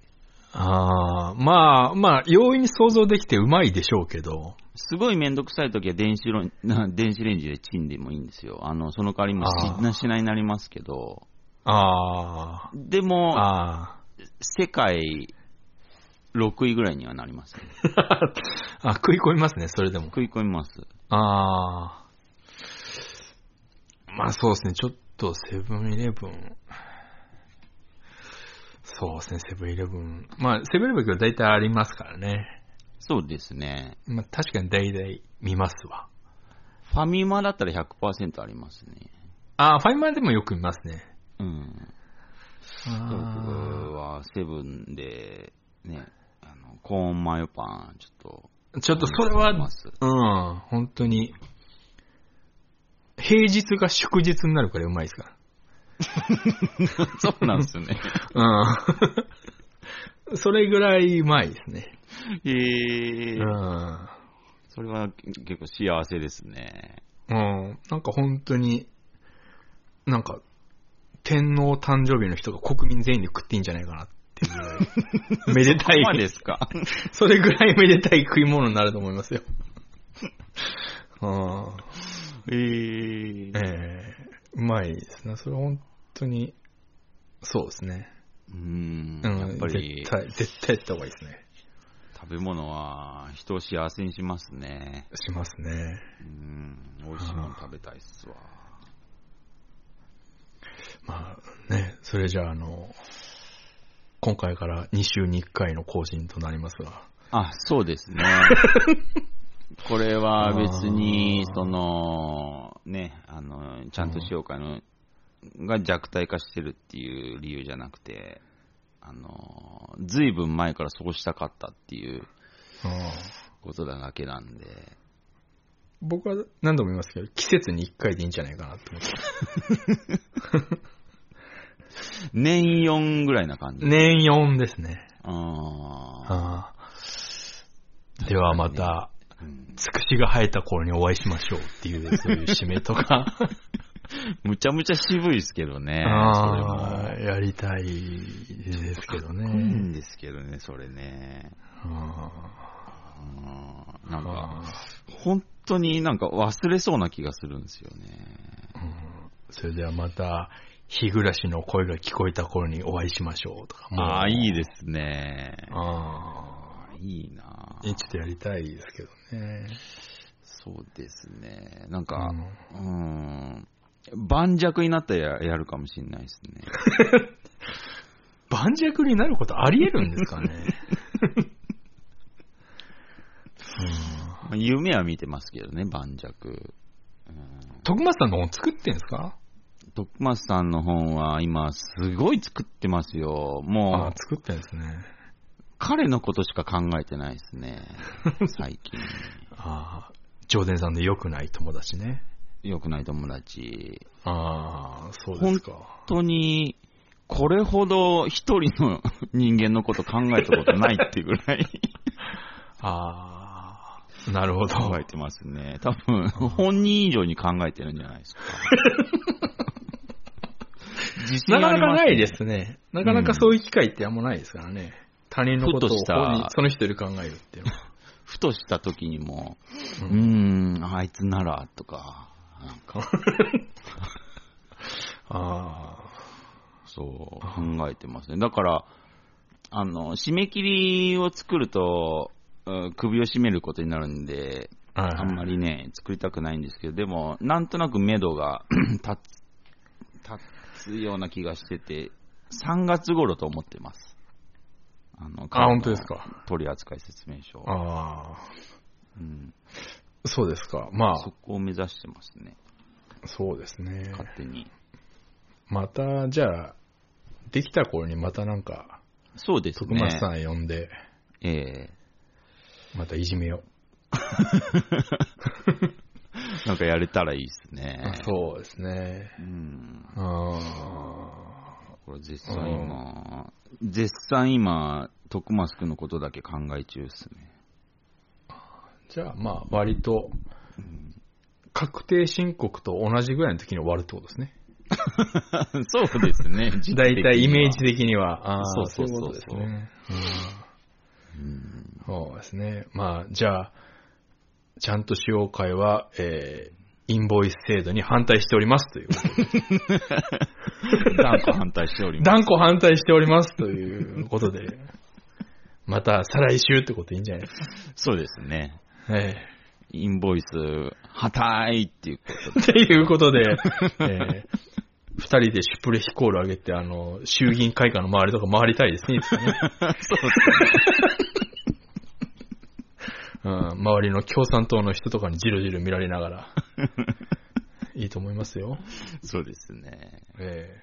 ああ、まあ、まあ、容易に想像できてうまいでしょうけど。すごいめんどくさい時は電子ロン 電子レンジでチンでもいいんですよ。あの、その代わりもあしなしなになりますけど。あであ、も、あ世界6位ぐらいにはなります、ね。あ、あ、食い込みますね、それでも。食い込みます。ああ。まあそうですね、ちょっとセブンイレブン。そうですね、セブンイレブン。まあ、セブンイレブンが大体ありますからね。そうですね。まあ確かに大体見ますわ。ファミマだったら100%ありますね。ああ、ファイマーでもよく見ますね。うん。僕はセブンで、ね、あの、コーンマヨパン、ちょちょっとそれは、見ますうん、本当に。平日が祝日になるからうまいですかっと。そうなんですね。ら。うん。それぐらいうまいですね。へえう。ん。それは結構幸せですね。うん。なんか本当に、なんか、天皇誕生日の人が国民全員で食っていいんじゃないかなって いうぐらい、めでたまあい、ですか。それぐらいめでたい食い物になると思いますよ。うん。へええ。えうまいですね。それ本当に、そうですね。うん。うん、やっぱり絶、対、絶対やった方がいいですね。食べ物は人を幸せにしますね。しますね。うん。美味しいもの食べたいっすわ。まあね、それじゃあ、あの、今回から2週に1回の更新となりますが。あ、そうです ね。これは別に、あーその、ね、あの、ちゃんとしようかの、が弱体化してるっていう理由じゃなくて、あの、ずいぶん前からそうしたかったっていううんことだだけなんで、僕は何度も言いますけど、季節に1回でいいんじゃないかなって思ってます。年4ぐらいな感じ。。年4ですね。あああではまた、ーうんつくしが生えた頃にお会いしましょうっていう、そういう締めとか、むちゃむちゃ渋いですけどね。それあもあ。やりたいですけどいいね。んですけどね、それね。あうんなんあか、本当になんか忘れそうな気がするんですよね。それではまた、日暮らしの声が聞こえた頃にお会いしましょうとか。もうああ、いいですね。あいいなあ。ちょっとやりたいですけどね。そうですね。なんかう、んうーん、盤石になったらややるかもしれないです ね。盤石になることあり得るんですかね。 まあ夢は見てますけどね、盤石。うん徳松さんの本作ってんですか徳松さんの本は今すごい作ってますよ。もう作ってんですね。彼のことしか考えてないですね。最近。ああ、上田さんの良くない友達ね。良くない友達。ああ、そうですか。本当に、これほど一人の 人間のこと考えたことないっていうぐ らいああ、なるほど。考えてますね。多分、本人以上に考えてるんじゃない ですか。自信なかあなりまかすねないですね。なかなかそういう機会ってあんまないですからね。他人のことをふとした本人その人より考えるっていうのは。ふとした時にも、ううんーん、あいつなら、とか、なんか、 あそう、考えてますね。だから、あの、締め切りを作ると、うん首を絞めることになるんで、あ、はいはいあんまりね、作りたくないんですけど、でも、なんとなく目処が 立つ、立つような気がしてて、3月頃と思ってます。あの、あ、本当ですか。取扱説明書。ああ、うん、そうですか。まあそ、こを目指してますね、そうですね。勝手に。また、じゃあ、できた頃にまたなんか、そうです徳ね。松さん呼んで、ええまたいじめよう。なんかやれたらいいですね。そうですね。うん。あこれ絶賛今、絶賛今、徳マスクのことだけ考え中です ね。ーじゃあ、まあ、割と、うん確定申告と同じぐらいの時に終わるってことですね。そうですね。大体イメージで。的には。あーそうそうそういことですね。うんうんそうですね。まあ、じゃあ、ちゃんと使用会は、えー、インボイス制度に反対しておりますという。 断固反対しております。断固反対しておりますということで、また再来週ってこといいんじゃないですか。そうですね。 ええインボイス、はたいっていうこ とっていうこと で、えー二人でシュプレヒコール上げて、あの、衆議院会館の周りとか回りたいですね。いつかねで。 そう うん、周りの共産党の人とかにじろじろ見られなが ら。いいと思いますよ。そうですね。え